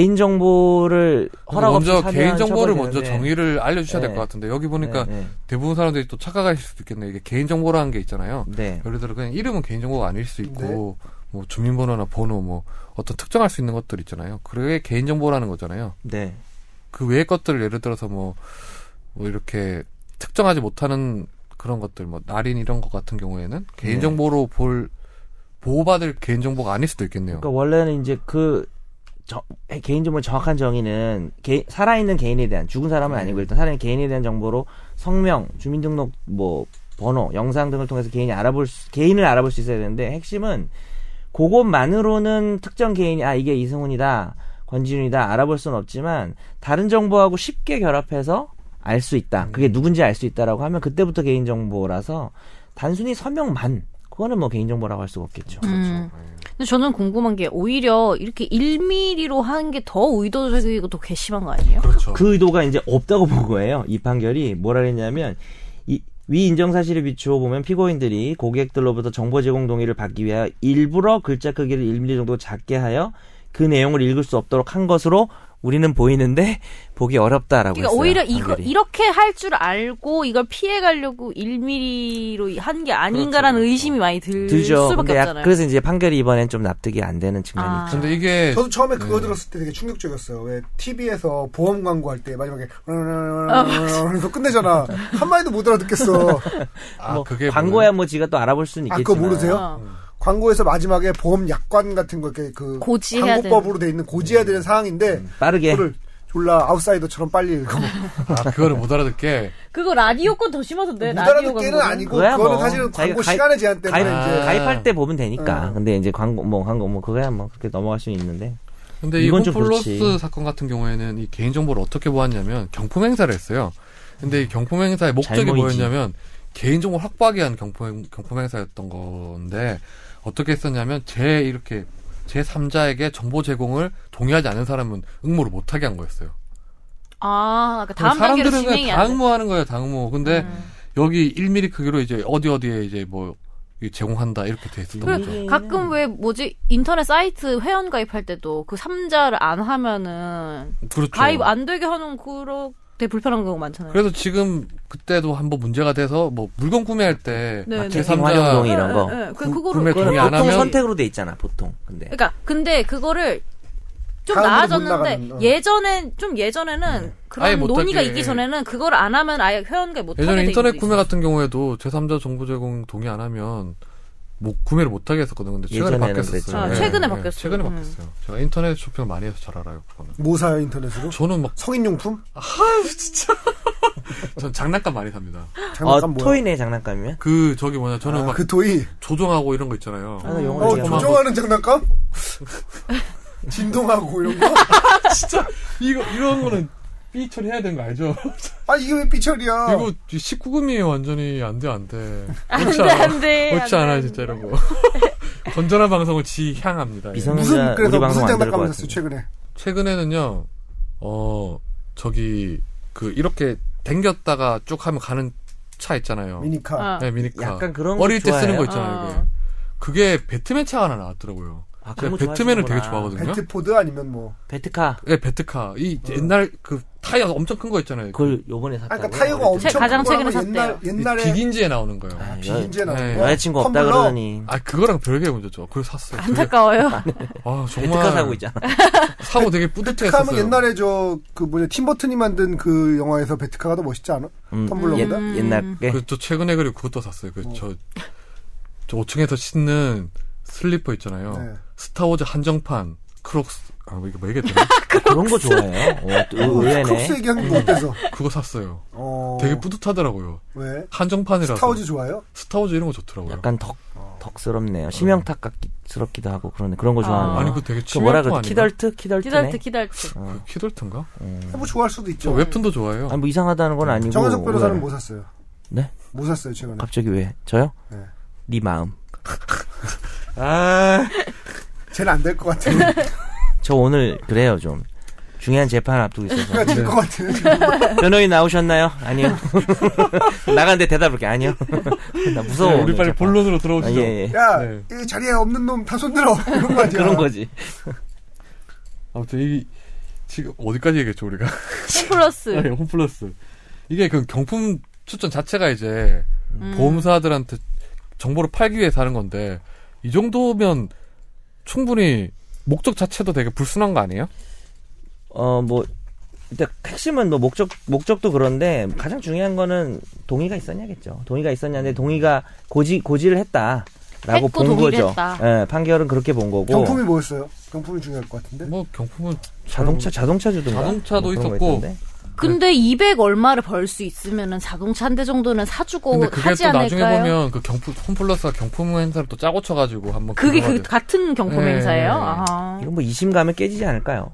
[SPEAKER 4] 개인정보를 허락 없이
[SPEAKER 1] 먼저
[SPEAKER 4] 사면
[SPEAKER 1] 개인 정보를 먼저
[SPEAKER 4] 처벌되는데.
[SPEAKER 1] 정의를 알려주셔야 될
[SPEAKER 4] 네.
[SPEAKER 1] 것 같은데 여기 보니까
[SPEAKER 4] 네,
[SPEAKER 1] 대부분 사람들이 또 착각하실 수도 있겠네요. 이게 개인 정보라는 게 있잖아요.
[SPEAKER 4] 네. 네.
[SPEAKER 1] 예를 들어 그냥 이름은 개인 정보가 아닐 수 있고 뭐 주민번호나 번호 뭐 어떤 특정할 수 있는 것들 있잖아요. 그게 개인 정보라는 거잖아요.
[SPEAKER 4] 네.
[SPEAKER 1] 그 외의 것들을 예를 들어서 뭐, 뭐 이렇게 특정하지 못하는 그런 것들 뭐 날인 이런 것 같은 경우에는
[SPEAKER 4] 네.
[SPEAKER 1] 개인 정보로 볼 보호받을 개인 정보가 아닐 수도 있겠네요.
[SPEAKER 4] 그러니까 원래는 이제 그 저- 개인정보의 정확한 정의는 개- 살아있는 개인에 대한 죽은
[SPEAKER 1] 네.
[SPEAKER 4] 사람은 아니고 일단 살아있는 개인에 대한 정보로 성명, 주민등록 뭐 번호, 영상 등을 통해서 개인이 알아볼 수, 개인을 알아볼 수 있어야 되는데 핵심은 그것만으로는 특정 개인이 아 이게 이승훈이다, 권진훈이다 알아볼 수는 없지만 다른 정보하고 쉽게 결합해서 알 수
[SPEAKER 1] 음.
[SPEAKER 4] 있다. 그게 누군지 알 수 있다라고 하면 그때부터 개인 정보라서 단순히 서명만 그거는 뭐 개인 정보라고 할 수가 없겠죠.
[SPEAKER 2] 음.
[SPEAKER 4] 그렇죠.
[SPEAKER 2] 근데 저는 궁금한 게 오히려 이렇게 1mm로 하는 게 더 의도적이고 더 괘씸한 거 아니에요?
[SPEAKER 1] 그렇죠.
[SPEAKER 4] 그 의도가 이제 없다고 본 거예요. 이 판결이 뭐라 그랬냐면 이, 위 인정 사실을 비추어 보면 피고인들이 고객들로부터 정보 제공 동의를 받기 위하여 일부러 글자 크기를 1mm 정도 작게 하여 그 내용을 읽을 수 없도록 한 것으로 우리는 보이는데 보기 어렵다라고
[SPEAKER 2] 그러니까
[SPEAKER 4] 했어요.
[SPEAKER 2] 오히려 이거
[SPEAKER 4] 판결이.
[SPEAKER 2] 이렇게 할 줄 알고 이걸 피해 가려고 1mm로 한 게 아닌가라는 의심이 많이 들
[SPEAKER 4] 들죠.
[SPEAKER 2] 수밖에
[SPEAKER 4] 근데 약-
[SPEAKER 2] 없잖아요.
[SPEAKER 4] 그래서 이제 판결이 이번엔 좀 납득이 안 되는 측면이
[SPEAKER 2] 아.
[SPEAKER 4] 있죠.
[SPEAKER 1] 근데 이게
[SPEAKER 3] 저도 처음에
[SPEAKER 4] 네.
[SPEAKER 3] 그거 들었을 때 되게 충격적이었어요. 왜 TV에서 보험 광고할 때 마지막에
[SPEAKER 2] 어.
[SPEAKER 3] 그래서 끝내잖아. 한 마디도 못 알아듣겠어.
[SPEAKER 1] 아,
[SPEAKER 4] 뭐
[SPEAKER 1] 그게
[SPEAKER 4] 광고야 뭐 지가 또 알아볼 수는
[SPEAKER 3] 아
[SPEAKER 4] 있겠지만.
[SPEAKER 3] 그거 모르세요?
[SPEAKER 2] 어.
[SPEAKER 3] 광고에서 마지막에 보험 약관 같은 거 이렇게 그
[SPEAKER 2] 고지해야
[SPEAKER 3] 광고법으로 돼 있는 고지해야
[SPEAKER 4] 네.
[SPEAKER 3] 되는 사항인데
[SPEAKER 4] 음. 빠르게
[SPEAKER 3] 그거를 졸라 아웃사이더처럼 빨리 읽어.
[SPEAKER 1] 아, 그거를 못 알아듣게
[SPEAKER 2] 그거 라디오 건 더 심하던데
[SPEAKER 3] 못
[SPEAKER 2] 네, 라디오
[SPEAKER 3] 뭐 알아듣게는
[SPEAKER 2] 광고는.
[SPEAKER 3] 아니고
[SPEAKER 4] 그거야
[SPEAKER 3] 그거는
[SPEAKER 4] 뭐.
[SPEAKER 3] 사실은
[SPEAKER 4] 자기가
[SPEAKER 3] 광고
[SPEAKER 4] 가입-
[SPEAKER 3] 시간의 제한 때문에
[SPEAKER 4] 가입,
[SPEAKER 3] 이제
[SPEAKER 4] 가입할 때 보면 되니까.
[SPEAKER 3] 음.
[SPEAKER 4] 근데 이제 광고 뭐 광고 뭐 그거야 뭐 그렇게 넘어갈 수는 있는데.
[SPEAKER 1] 근데 이
[SPEAKER 4] 이건 좀
[SPEAKER 1] 호플로스
[SPEAKER 4] 그렇지.
[SPEAKER 1] 사건 같은 경우에는 이 개인 정보를 어떻게 보았냐면 경품 행사를 했어요. 근데 이 경품 행사의 목적이
[SPEAKER 4] 잘못이지.
[SPEAKER 1] 뭐였냐면 개인 정보 를 확보하기 위한 경품 경품 행사였던 건데 어떻게 했었냐면 제 이렇게 제 3자에게 정보 제공을 동의하지 않은 사람은 응모를 못하게 한 거였어요.
[SPEAKER 2] 아, 그러니까 다음 단계로
[SPEAKER 1] 사람들은
[SPEAKER 2] 진행이
[SPEAKER 1] 그냥
[SPEAKER 2] 안
[SPEAKER 1] 다
[SPEAKER 2] 돼.
[SPEAKER 1] 응모하는 거예요, 다 응모. 근데
[SPEAKER 2] 음.
[SPEAKER 1] 여기 1mm 크기로 이제 어디 어디에 이제 뭐 제공한다 이렇게 돼 있었던
[SPEAKER 2] 그래,
[SPEAKER 1] 거죠.
[SPEAKER 2] 가끔 왜 뭐지 인터넷 사이트 회원 가입할 때도 그 3자를 안 하면은
[SPEAKER 1] 그렇죠.
[SPEAKER 2] 가입 안 되게 하는 그렇게 불편한 경우 많잖아요.
[SPEAKER 1] 그래서 지금 그때도 한번 문제가 돼서 뭐 물건 구매할 때
[SPEAKER 2] 네, 네.
[SPEAKER 1] 제삼자
[SPEAKER 4] 환영동의 이런 거.
[SPEAKER 2] 예, 예, 예. 그
[SPEAKER 1] 구-
[SPEAKER 2] 그거를
[SPEAKER 1] 구매
[SPEAKER 4] 그거는
[SPEAKER 1] 동의 안
[SPEAKER 4] 보통
[SPEAKER 1] 하면-
[SPEAKER 4] 선택으로 돼 있잖아 보통 근데
[SPEAKER 2] 그러니까 근데 그거를 좀
[SPEAKER 3] 사람들이 못
[SPEAKER 2] 나아졌는데
[SPEAKER 3] 나가는, 어.
[SPEAKER 2] 예전엔 좀 예전에는
[SPEAKER 1] 아예
[SPEAKER 2] 그런
[SPEAKER 1] 못
[SPEAKER 2] 논의가
[SPEAKER 1] 하게.
[SPEAKER 2] 있기 전에는 그걸 안 하면 아예 회원가입 못 하게
[SPEAKER 1] 예전에
[SPEAKER 2] 돼
[SPEAKER 1] 인터넷
[SPEAKER 2] 있는
[SPEAKER 1] 구매
[SPEAKER 2] 게
[SPEAKER 1] 같은 경우에도 제3자 정보 제공 동의 안 하면 뭐 구매를 못 하게 했었거든요. 근데 최근에
[SPEAKER 4] 예전에는
[SPEAKER 1] 바뀌었어요. 네.
[SPEAKER 4] 그랬죠. 아,
[SPEAKER 2] 최근에 바뀌었어요.
[SPEAKER 1] 최근에
[SPEAKER 2] 음.
[SPEAKER 1] 바뀌었어요. 제가 인터넷 쇼핑을 많이 해서 잘 알아요. 그거는.
[SPEAKER 3] 뭐 사요 인터넷으로?
[SPEAKER 1] 저는 막
[SPEAKER 3] 성인용품?
[SPEAKER 1] 전 장난감 많이 삽니다.
[SPEAKER 4] 어,
[SPEAKER 3] 장난감 뭐야?
[SPEAKER 4] 토이네 장난감이면
[SPEAKER 1] 그 저기 뭐냐 저는
[SPEAKER 3] 아,
[SPEAKER 1] 막
[SPEAKER 3] 그 토이.
[SPEAKER 1] 조종하고 이런 거 있잖아요.
[SPEAKER 4] 아, 나 영어로
[SPEAKER 3] 어,
[SPEAKER 4] 얘기하면
[SPEAKER 1] 조종-
[SPEAKER 3] 조종하는 장난감? 진동하고 이런 거?
[SPEAKER 1] 이거 이런 거는 삐 처리해야 되는 거 알죠?
[SPEAKER 3] 아, 이게 왜 삐처리야?
[SPEAKER 1] 이거 19금이 완전히 안 돼 안 돼.
[SPEAKER 2] 있어요. 안 돼, 안 돼.
[SPEAKER 1] 옳지 않아 진짜 이런 거. 뭐. 건전한 방송을 지향합니다. 예.
[SPEAKER 4] 미성년자
[SPEAKER 3] 무슨
[SPEAKER 4] 우리
[SPEAKER 3] 그래서 무슨
[SPEAKER 4] 방송 안 들고
[SPEAKER 3] 장난감을
[SPEAKER 4] 왔어요.
[SPEAKER 3] 샀어요 최근에?
[SPEAKER 1] 최근에는요, 어, 저기, 그, 이렇게 당겼다가 쭉 하면 가는 차 있잖아요.
[SPEAKER 3] 미니카.
[SPEAKER 2] 어.
[SPEAKER 1] 네, 미니카.
[SPEAKER 4] 약간 그런 거
[SPEAKER 1] 어릴 때 쓰는 거
[SPEAKER 4] 좋아해요?
[SPEAKER 1] 있잖아요,
[SPEAKER 2] 어.
[SPEAKER 1] 그게. 그게 배트맨 차가 하나 나왔더라고요.
[SPEAKER 4] 아, 그런
[SPEAKER 1] 제가
[SPEAKER 4] 거
[SPEAKER 1] 배트맨을 되게
[SPEAKER 4] 좋아하시는구나.
[SPEAKER 1] 좋아하거든요.
[SPEAKER 3] 배트포드 아니면 뭐.
[SPEAKER 4] 배트카
[SPEAKER 1] 예, 배트카. 이 옛날 그 타이어 엄청 큰 거 있잖아요.
[SPEAKER 4] 어.
[SPEAKER 1] 그
[SPEAKER 4] 그걸 요번에 샀다고.
[SPEAKER 3] 아, 그러니까 타이어가 엄청
[SPEAKER 2] 최- 가장
[SPEAKER 3] 큰 거라고
[SPEAKER 2] 최근에
[SPEAKER 3] 옛날,
[SPEAKER 2] 샀대요.
[SPEAKER 3] 옛날에
[SPEAKER 1] 비긴지에 나오는 거예요.
[SPEAKER 4] 아,
[SPEAKER 3] 비긴지에
[SPEAKER 1] 여-
[SPEAKER 3] 나온
[SPEAKER 1] 네.
[SPEAKER 3] 거.
[SPEAKER 4] 여자친구 없다
[SPEAKER 3] 텀블러?
[SPEAKER 4] 그러더니
[SPEAKER 1] 아, 그거랑 별개 문제죠. 그걸 샀어요. 되게-
[SPEAKER 2] 안타까워요.
[SPEAKER 1] 아, 정말.
[SPEAKER 4] 배트카 사고 있잖아.
[SPEAKER 1] 사고 되게 뿌듯해했어요.
[SPEAKER 3] 배트카면 옛날에 저 그 뭐냐 팀버튼이 만든 그 영화에서 배트카가 더 멋있지 않아?
[SPEAKER 4] 음,
[SPEAKER 3] 텀블러보다?
[SPEAKER 4] 옛- 옛날
[SPEAKER 3] 네.
[SPEAKER 4] 게
[SPEAKER 1] 그저 최근에 그리고 그것도 샀어요. 그 저 저 5층에서 신는 슬리퍼 있잖아요.
[SPEAKER 3] 네.
[SPEAKER 1] 스타워즈 한정판 크록스 아 이거 뭐 얘기했더라?
[SPEAKER 4] 그러니까 그런 거 좋아해요. 어, 또
[SPEAKER 3] 어, 크록스
[SPEAKER 4] 의외네.
[SPEAKER 3] 얘기하는 거 어때서?
[SPEAKER 1] 그거 샀어요.
[SPEAKER 3] 어,
[SPEAKER 1] 되게 뿌듯하더라고요.
[SPEAKER 3] 왜?
[SPEAKER 1] 한정판이라서
[SPEAKER 3] 스타워즈 좋아요?
[SPEAKER 1] 스타워즈 이런 거 좋더라고요.
[SPEAKER 4] 약간 덕
[SPEAKER 3] 어.
[SPEAKER 4] 덕스럽네요. 심형탁 같기스럽기도 하고 그러네. 그런 거
[SPEAKER 2] 아.
[SPEAKER 4] 좋아하는.
[SPEAKER 1] 아니 그 되게
[SPEAKER 4] 그
[SPEAKER 1] 치명타
[SPEAKER 4] 뭐라 그래?
[SPEAKER 1] 아닌가?
[SPEAKER 4] 키덜트 키덜트네.
[SPEAKER 2] 키덜트 키덜트.
[SPEAKER 1] 그 키덜트인가?
[SPEAKER 3] 뭐 좋아할 수도 있죠.
[SPEAKER 4] 어,
[SPEAKER 1] 저 웹툰도 좋아해요. 네,
[SPEAKER 4] 아니 뭐 이상하다는 건 아니고.
[SPEAKER 3] 정현석 변호사는
[SPEAKER 4] 의외네.
[SPEAKER 3] 뭐 샀어요?
[SPEAKER 4] 네?
[SPEAKER 3] 뭐 샀어요 최근에?
[SPEAKER 4] 갑자기 왜? 저요?
[SPEAKER 3] 네.
[SPEAKER 4] 네. 마음.
[SPEAKER 1] 아.
[SPEAKER 3] 쟤는 안 될 것 같아요.
[SPEAKER 4] 저 오늘 그래요 좀. 중요한 재판 앞두고 있어서.
[SPEAKER 3] 그가 질것 같아요.
[SPEAKER 4] 변호인 나오셨나요? 아니요. 나갔는데 대답을 게 아니요. 나 무서워.
[SPEAKER 1] 네,
[SPEAKER 4] 오늘
[SPEAKER 1] 우리 빨리
[SPEAKER 4] 재판.
[SPEAKER 1] 본론으로
[SPEAKER 4] 아,
[SPEAKER 1] 들어오시죠.
[SPEAKER 4] 예, 예.
[SPEAKER 3] 야,
[SPEAKER 1] 네.
[SPEAKER 3] 이 자리에 없는 놈 다 손들어. 이런 거 아니야?
[SPEAKER 4] 그런 거지.
[SPEAKER 1] 아무튼 이 지금 어디까지 얘기했죠 우리가? 아,
[SPEAKER 4] 네.
[SPEAKER 1] 예,
[SPEAKER 2] 홈플러스.
[SPEAKER 1] 홈플러스 이게 그 경품 추천 자체가 이제
[SPEAKER 2] 음.
[SPEAKER 1] 보험사들한테 정보를 팔기 위해서 하는 건데 이 정도면 충분히 목적 자체도 되게 불순한 거 아니에요?
[SPEAKER 4] 어, 뭐, 일단 핵심은 뭐 목적, 목적도 그런데 가장 중요한 거는 동의가 있었냐겠죠. 동의가 있었냐인데 동의가 고지, 고지를 했다. 라고
[SPEAKER 2] 했고
[SPEAKER 4] 본
[SPEAKER 2] 동의를
[SPEAKER 4] 거죠.
[SPEAKER 2] 했다.
[SPEAKER 4] 예, 판결은 그렇게 본 거고.
[SPEAKER 3] 경품이 뭐였어요? 경품이 중요할 것 같은데.
[SPEAKER 1] 뭐 경품은
[SPEAKER 4] 자동차, 자동차 주든가.
[SPEAKER 1] 자동차도
[SPEAKER 4] 뭐 그런 거
[SPEAKER 1] 있었고.
[SPEAKER 4] 있던데.
[SPEAKER 2] 근데 200 얼마를 벌 수 있으면은 자동차 한 대 정도는 사주고
[SPEAKER 1] 근데 그게
[SPEAKER 2] 어, 하지
[SPEAKER 1] 또 나중에
[SPEAKER 2] 않을까요?
[SPEAKER 1] 보면 그 경품 홈플러스가 경품 행사를 또 짜고 쳐가지고 한번
[SPEAKER 2] 그게
[SPEAKER 1] 그거가
[SPEAKER 2] 그
[SPEAKER 1] 돼-
[SPEAKER 2] 같은 경품
[SPEAKER 1] 예,
[SPEAKER 2] 행사예요.
[SPEAKER 1] 예, 예.
[SPEAKER 2] 아.
[SPEAKER 4] 이건 뭐 이심감에 깨지지 않을까요?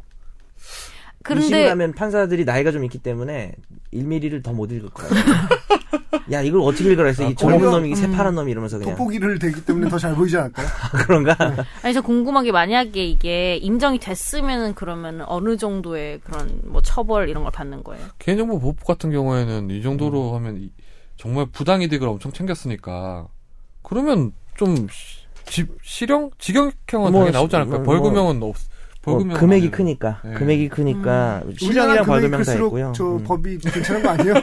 [SPEAKER 2] 그런데
[SPEAKER 4] 이심가면 판사들이 나이가 좀 있기 때문에 1mm를 더 못 읽을 거야. 야, 이걸 어떻게 읽으라 했어? 이 젊은
[SPEAKER 3] 그러면-
[SPEAKER 4] 놈이, 새파란 놈이 이러면서 그냥.
[SPEAKER 3] 돋보기를 대기 때문에 더 잘 보이지 않을까요?
[SPEAKER 4] 그런가? 어,
[SPEAKER 2] 아니 저 궁금한 게 만약에 이게 인정이 됐으면은 그러면 어느 정도의 그런 뭐 처벌 이런 걸 받는 거예요?
[SPEAKER 1] 개인정보 보호법 같은 경우에는 이
[SPEAKER 2] 음.
[SPEAKER 1] 정도로 하면 이- 정말 부당이득을 엄청 챙겼으니까 그러면 좀 시- 지, 실형 직영형은
[SPEAKER 4] 뭐,
[SPEAKER 1] 당연히 나오지 않을까요?
[SPEAKER 4] 뭐,
[SPEAKER 1] 벌금형은 없
[SPEAKER 4] 뭐
[SPEAKER 1] 벌금형
[SPEAKER 4] 금액이 크니까.
[SPEAKER 1] 네.
[SPEAKER 4] 금액이 크니까.
[SPEAKER 3] 우리나라 음. 금액이
[SPEAKER 4] 실형이랑 벌금형 다
[SPEAKER 3] 클수록
[SPEAKER 4] 있고요.
[SPEAKER 3] 저
[SPEAKER 4] 음.
[SPEAKER 3] 법이 괜찮은 거 아니에요?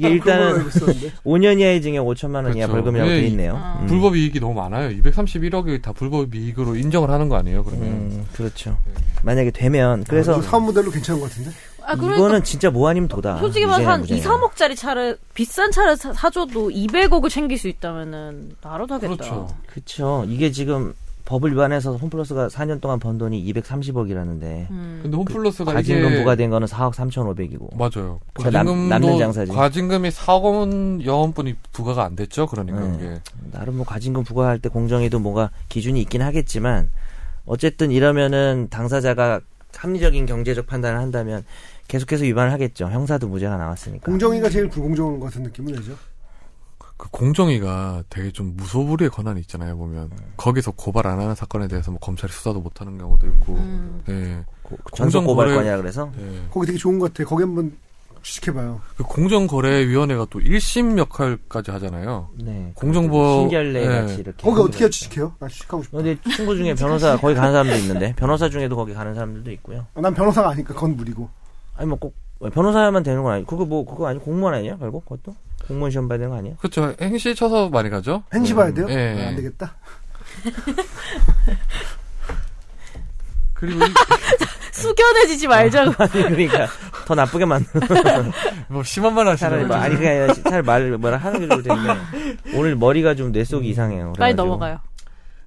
[SPEAKER 3] 그런 걸로
[SPEAKER 4] 일단은
[SPEAKER 3] 알고 있었는데.
[SPEAKER 4] 5년 이하의 징역 5천만 원 이하
[SPEAKER 1] 그렇죠.
[SPEAKER 4] 벌금이라고
[SPEAKER 1] 예,
[SPEAKER 4] 돼 있네요.
[SPEAKER 2] 아.
[SPEAKER 4] 음.
[SPEAKER 1] 불법 이익이 너무 많아요. 231억이 다 불법 이익으로 인정을 하는 거 아니에요? 그러면
[SPEAKER 4] 음, 그렇죠. 만약에 되면 그래서
[SPEAKER 3] 이거 아, 사업 모델로 괜찮은 것 같은데.
[SPEAKER 2] 아
[SPEAKER 4] 이거는 진짜 뭐 아니면 도다.
[SPEAKER 2] 솔직히 말해서 한 2,
[SPEAKER 4] 이재명
[SPEAKER 2] 3억짜리 차를 비싼 차를 사, 사줘도 200억을 챙길 수 있다면은 나라도 하겠다.
[SPEAKER 1] 그렇죠.
[SPEAKER 4] 그렇죠. 이게 지금 법을 위반해서 홈플러스가 4년 동안 번 돈이 230억이라는데
[SPEAKER 2] 음.
[SPEAKER 1] 근데 홈플러스가
[SPEAKER 4] 과징금
[SPEAKER 1] 뭐 이게
[SPEAKER 4] 부과된 거는 4억 3,500이고.
[SPEAKER 1] 맞아요.
[SPEAKER 4] 그러니까 남-
[SPEAKER 1] 과징금도
[SPEAKER 4] 남는 장사지.
[SPEAKER 1] 과징금이 4억 원 여원뿐이 부과가 안 됐죠. 그러니까
[SPEAKER 4] 네.
[SPEAKER 1] 이게
[SPEAKER 4] 나름 뭐 과징금 부과할 때 공정위도 뭔가 기준이 있긴 하겠지만 어쨌든 이러면은 당사자가 합리적인 경제적 판단을 한다면 계속해서 위반을 하겠죠. 형사도 무죄가 나왔으니까.
[SPEAKER 3] 공정위가 제일 불공정한 것 같은 느낌은 내죠.
[SPEAKER 1] 그 공정위가 되게 좀 무소불위의 권한이 있잖아요. 보면
[SPEAKER 4] 네.
[SPEAKER 1] 거기서 고발 안 하는 사건에 대해서 뭐 검찰이 수사도 못 하는 경우도 있고.
[SPEAKER 2] 음.
[SPEAKER 1] 네.
[SPEAKER 4] 고- 전속 고발
[SPEAKER 1] 공정거래-
[SPEAKER 4] 거냐 그래서
[SPEAKER 1] 네.
[SPEAKER 3] 거기 되게 좋은 것 같아. 거기 한번 취직해봐요.
[SPEAKER 1] 그 공정거래위원회가 또 1심 역할까지 하잖아요.
[SPEAKER 4] 네.
[SPEAKER 1] 공정보
[SPEAKER 4] 신결례
[SPEAKER 1] 네.
[SPEAKER 4] 같이 이렇게.
[SPEAKER 3] 거기
[SPEAKER 4] 하는
[SPEAKER 3] 어떻게
[SPEAKER 4] 거죠.
[SPEAKER 3] 취직해요? 나 취직하고 싶어.
[SPEAKER 4] 음. 근데 친구 중에 변호사 거기 가는 사람도 있는데 변호사 중에도 거기 가는 사람들도 있고요.
[SPEAKER 3] 어, 난 변호사가 아니니까 그건 무리고.
[SPEAKER 4] 아니 뭐꼭 변호사만 되는 건 아니. 그거 뭐 그거 아니 공무원 아니야 결국 그것도 공무원 시험 봐야 되는 거 아니야?
[SPEAKER 1] 그렇죠. 행시 쳐서 많이 가죠.
[SPEAKER 3] 행시 봐야 돼요?
[SPEAKER 1] 예.
[SPEAKER 3] 아, 안 되겠다.
[SPEAKER 1] 그리고 이-
[SPEAKER 2] 숙연해지지 말자고.
[SPEAKER 4] 아니 그러니까 더 나쁘게 만
[SPEAKER 1] 뭐 심한 말
[SPEAKER 4] 차라리
[SPEAKER 1] 하시는
[SPEAKER 4] 말, 아니 그냥 차라리 말을 뭐라 하는 게 좋을 텐데 오늘 머리가 좀 뇌 속이 이상해요.
[SPEAKER 2] 빨리
[SPEAKER 4] 그래가지고.
[SPEAKER 2] 넘어가요.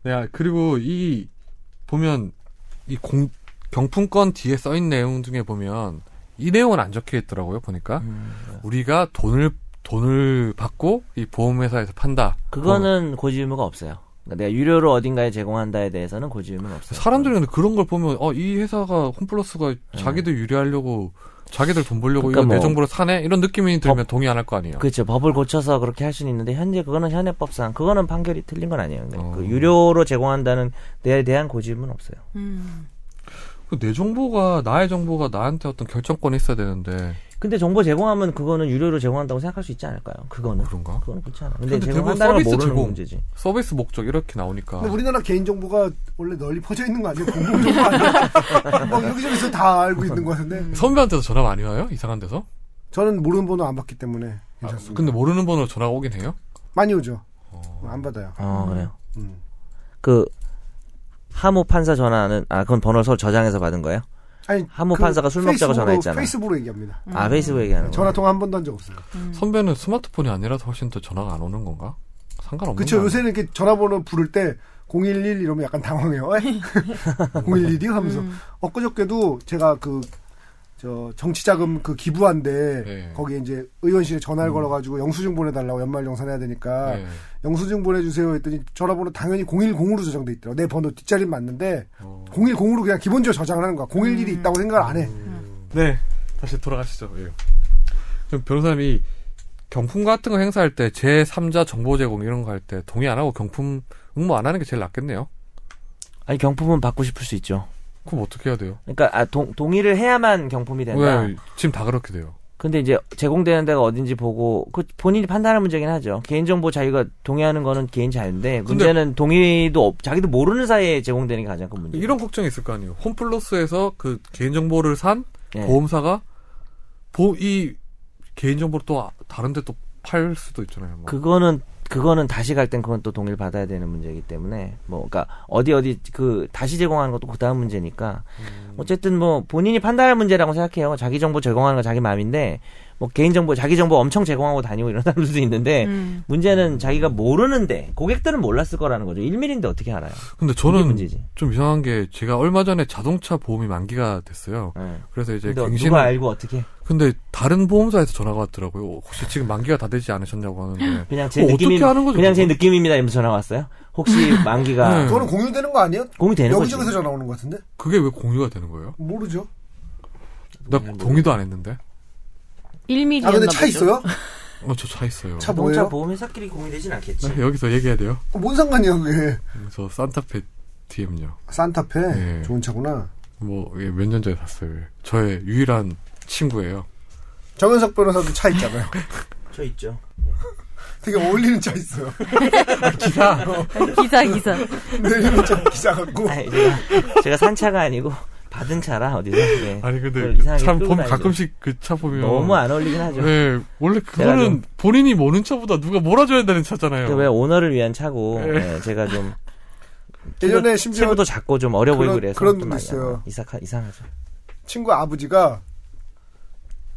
[SPEAKER 1] 네, 그리고 이 보면 이 공, 경품권 뒤에 써있는 내용 중에 보면 이 내용은 안 적혀 있더라고요 보니까
[SPEAKER 4] 음,
[SPEAKER 1] 우리가 돈을 돈을 받고 이 보험회사에서 판다.
[SPEAKER 4] 그거는 고지 의무가 없어요. 그러니까 내가 유료로 어딘가에 제공한다에 대해서는 고지음은 없어요.
[SPEAKER 1] 사람들이 근데 그런 걸 보면 어 이 회사가 홈플러스가 자기들 유리하려고 자기들 돈 벌려고
[SPEAKER 4] 네. 그러니까
[SPEAKER 1] 이거
[SPEAKER 4] 뭐
[SPEAKER 1] 내 정보를 사네 이런 느낌이 들면 동의 안 할 거 아니에요.
[SPEAKER 4] 그렇죠. 법을 고쳐서 그렇게 할 수는 있는데 현재 그거는 현행법상 그거는 판결이 틀린 건 아니에요. 근데
[SPEAKER 1] 어.
[SPEAKER 4] 그 유료로 제공한다는 데에 대한 고지음은 없어요.
[SPEAKER 2] 음.
[SPEAKER 1] 그내 정보가 나의 정보가 나한테 어떤 결정권이 있어야 되는데
[SPEAKER 4] 근데 정보 제공하면 그거는 유료로 제공한다고 생각할 수 있지 않을까요? 그거는
[SPEAKER 1] 그런가?
[SPEAKER 4] 그거는 괜찮아. 근데
[SPEAKER 1] 근데
[SPEAKER 4] 제공한다는 걸
[SPEAKER 1] 대부분 서비스
[SPEAKER 4] 모르는
[SPEAKER 1] 제공.
[SPEAKER 4] 문제지.
[SPEAKER 1] 서비스 목적 이렇게
[SPEAKER 4] 아.
[SPEAKER 1] 나오니까
[SPEAKER 3] 근데 우리나라 개인정보가 원래 널리 퍼져 있는 거 아니에요? 공공정보 아니야? 막 여기저기서 다 알고 있는 거 같은데.
[SPEAKER 1] 선배한테도 전화 많이 와요? 이상한 데서?
[SPEAKER 3] 저는 모르는 번호 안 받기 때문에
[SPEAKER 1] 아,
[SPEAKER 3] 괜찮습니다.
[SPEAKER 1] 근데 모르는 번호로 전화가 오긴 해요?
[SPEAKER 3] 많이 오죠. 안 받아요.
[SPEAKER 4] 어 그래요.
[SPEAKER 3] 음.
[SPEAKER 4] 그 하모 판사 전화는 아 그건 번호를 서로 저장해서 받은 거예요?
[SPEAKER 3] 아니, 그
[SPEAKER 4] 한모 판사가 술 먹자고
[SPEAKER 3] 페이스북으로-
[SPEAKER 4] 전화했잖아.
[SPEAKER 3] 페이스북으로 얘기합니다.
[SPEAKER 4] 아 페이스북 얘기하는 거.
[SPEAKER 3] 전화 통화 한 번도 한 적 없어요.
[SPEAKER 4] 음.
[SPEAKER 1] 선배는 스마트폰이 아니라서 훨씬 더 전화가 안 오는 건가? 상관없는
[SPEAKER 3] 그쵸
[SPEAKER 1] 거 아니야?
[SPEAKER 3] 요새는 이렇게 전화번호 부를 때 011 이러면 약간 당황해요. 011이요 하면서 엊그저께도 제가 그 저 정치자금 그 기부한데
[SPEAKER 1] 네.
[SPEAKER 3] 거기에 이제 의원실에 전화를 걸어가지고 영수증 보내달라고 연말 정산 해야
[SPEAKER 4] 네.
[SPEAKER 3] 되니까
[SPEAKER 1] 예.
[SPEAKER 3] 영수증 보내주세요 했더니 전화번호 당연히 010으로 저장돼 있더라고 내 번호 뒷자리는 맞는데
[SPEAKER 1] 어.
[SPEAKER 3] 010으로 그냥 기본적으로 저장을 하는 거야 011이
[SPEAKER 4] 음.
[SPEAKER 3] 있다고 생각을 안해
[SPEAKER 1] 네, 다시 돌아가시죠. 예. 그럼 변호사님이 경품 같은 거 행사할 때 제3자 정보 제공 이런 거 할 때 동의 안 하고 경품 응모 안 하는 게 제일 낫겠네요.
[SPEAKER 4] 아니 경품은 받고 싶을 수 있죠.
[SPEAKER 1] 그럼 어떻게 해야 돼요?
[SPEAKER 4] 그러니까 아, 동, 동의를 해야만 경품이 된다.
[SPEAKER 1] 왜 지금 다 그렇게 돼요?
[SPEAKER 4] 근데 이제 제공되는 데가 어딘지 보고 그 본인이 판단하는 문제긴 하죠. 개인정보 자기가 동의하는 거는 개인 자유인데 문제는 동의도 없, 자기도 모르는 사이에 제공되는 게 가장 큰 문제.
[SPEAKER 1] 이런 걱정이 있을 거 아니에요. 홈플러스에서 그 개인정보를 산
[SPEAKER 4] 예.
[SPEAKER 1] 보험사가 보, 이 개인정보를 또 아- 다른데 또 팔 수도 있잖아요. 뭐.
[SPEAKER 4] 그거는 그거는 다시 갈 땐 그건 또 동의를 받아야 되는 문제이기 때문에 뭐 그러니까 어디 어디 그 다시 제공하는 것도 그다음 문제니까 어쨌든 뭐 본인이 판단할 문제라고 생각해요. 자기 정보 제공하는 건 자기 마음인데 뭐 개인 정보 자기 정보 엄청 제공하고 다니고 이런 사람들도 있는데
[SPEAKER 2] 음.
[SPEAKER 4] 문제는 자기가 모르는데 고객들은 몰랐을 거라는 거죠. 일밀인데 어떻게 알아요?
[SPEAKER 1] 근데
[SPEAKER 4] 이게
[SPEAKER 1] 저는
[SPEAKER 4] 문제지.
[SPEAKER 1] 좀 이상한 게 제가 얼마 전에 자동차 보험이 만기가 됐어요.
[SPEAKER 4] 예.
[SPEAKER 1] 그래서 이제
[SPEAKER 4] 근데
[SPEAKER 1] 갱신
[SPEAKER 4] 누가 알고 어떻게?
[SPEAKER 1] 근데 다른 보험사에서 전화가 왔더라고요. 어, 혹시 지금 만기가 다 되지 않으셨냐고 하는데
[SPEAKER 4] 그냥 제
[SPEAKER 1] 그거
[SPEAKER 4] 느낌이
[SPEAKER 1] 어떻게 하는 거죠?
[SPEAKER 4] 그냥 제 느낌입니다. 이러면서 전화 왔어요. 혹시 만기가 음.
[SPEAKER 1] 네.
[SPEAKER 3] 그거는 공유되는 거 아니에요?
[SPEAKER 4] 공유되는 거지?
[SPEAKER 3] 여기저기서 전화 오는 거 같은데
[SPEAKER 1] 그게 왜 공유가 되는 거예요?
[SPEAKER 3] 모르죠 아,
[SPEAKER 4] 음,
[SPEAKER 1] 나 동의도 안 했는데.
[SPEAKER 2] 1mm였나
[SPEAKER 3] 아 근데 차
[SPEAKER 2] 보죠.
[SPEAKER 3] 있어요?
[SPEAKER 1] 어, 저 차 있어요.
[SPEAKER 3] 차
[SPEAKER 4] 자동차
[SPEAKER 3] 뭐예요?
[SPEAKER 4] 보험회사끼리 공유되진 않겠지.
[SPEAKER 1] 나 여기서 얘기해야 돼요.
[SPEAKER 3] 어, 뭔 상관이야 그게
[SPEAKER 1] 저 산타페 DM요.
[SPEAKER 3] 산타페
[SPEAKER 1] 네.
[SPEAKER 3] 좋은 차구나
[SPEAKER 1] 뭐몇 년 전에 샀어요. 예. 저의 유일한 친구예요.
[SPEAKER 3] 정현석 변호사도 차 있잖아요
[SPEAKER 4] 저 있죠.
[SPEAKER 3] 되게 어울리는 차 있어요
[SPEAKER 1] 기사.
[SPEAKER 2] 기사 기사.
[SPEAKER 3] 내리는 차 기사 같고
[SPEAKER 4] 아니, 제가, 제가 산 차가 아니고 받은 차라 어디서. 네.
[SPEAKER 1] 아니
[SPEAKER 4] 그걸
[SPEAKER 1] 근데
[SPEAKER 4] 이상하게
[SPEAKER 1] 참
[SPEAKER 4] 끌고
[SPEAKER 1] 보면
[SPEAKER 4] 다니죠.
[SPEAKER 1] 가끔씩 그 차 보면
[SPEAKER 4] 너무 안 어울리긴 하죠.
[SPEAKER 1] 네, 원래
[SPEAKER 4] 좀-
[SPEAKER 1] 그거는 본인이 모는 차보다 누가 몰아줘야 되는 차잖아요.
[SPEAKER 4] 그왜 오너를 위한 차고 네, 제가 좀
[SPEAKER 3] 예전에
[SPEAKER 4] 키도-
[SPEAKER 3] 심지어
[SPEAKER 4] 체구도 작고 좀 어려 보이고
[SPEAKER 3] 그런-
[SPEAKER 4] 그래서
[SPEAKER 3] 그런
[SPEAKER 4] 좀
[SPEAKER 3] 분도
[SPEAKER 4] 많이
[SPEAKER 3] 있어요.
[SPEAKER 4] 안- 이삭하, 이상하죠.
[SPEAKER 3] 친구 아버지가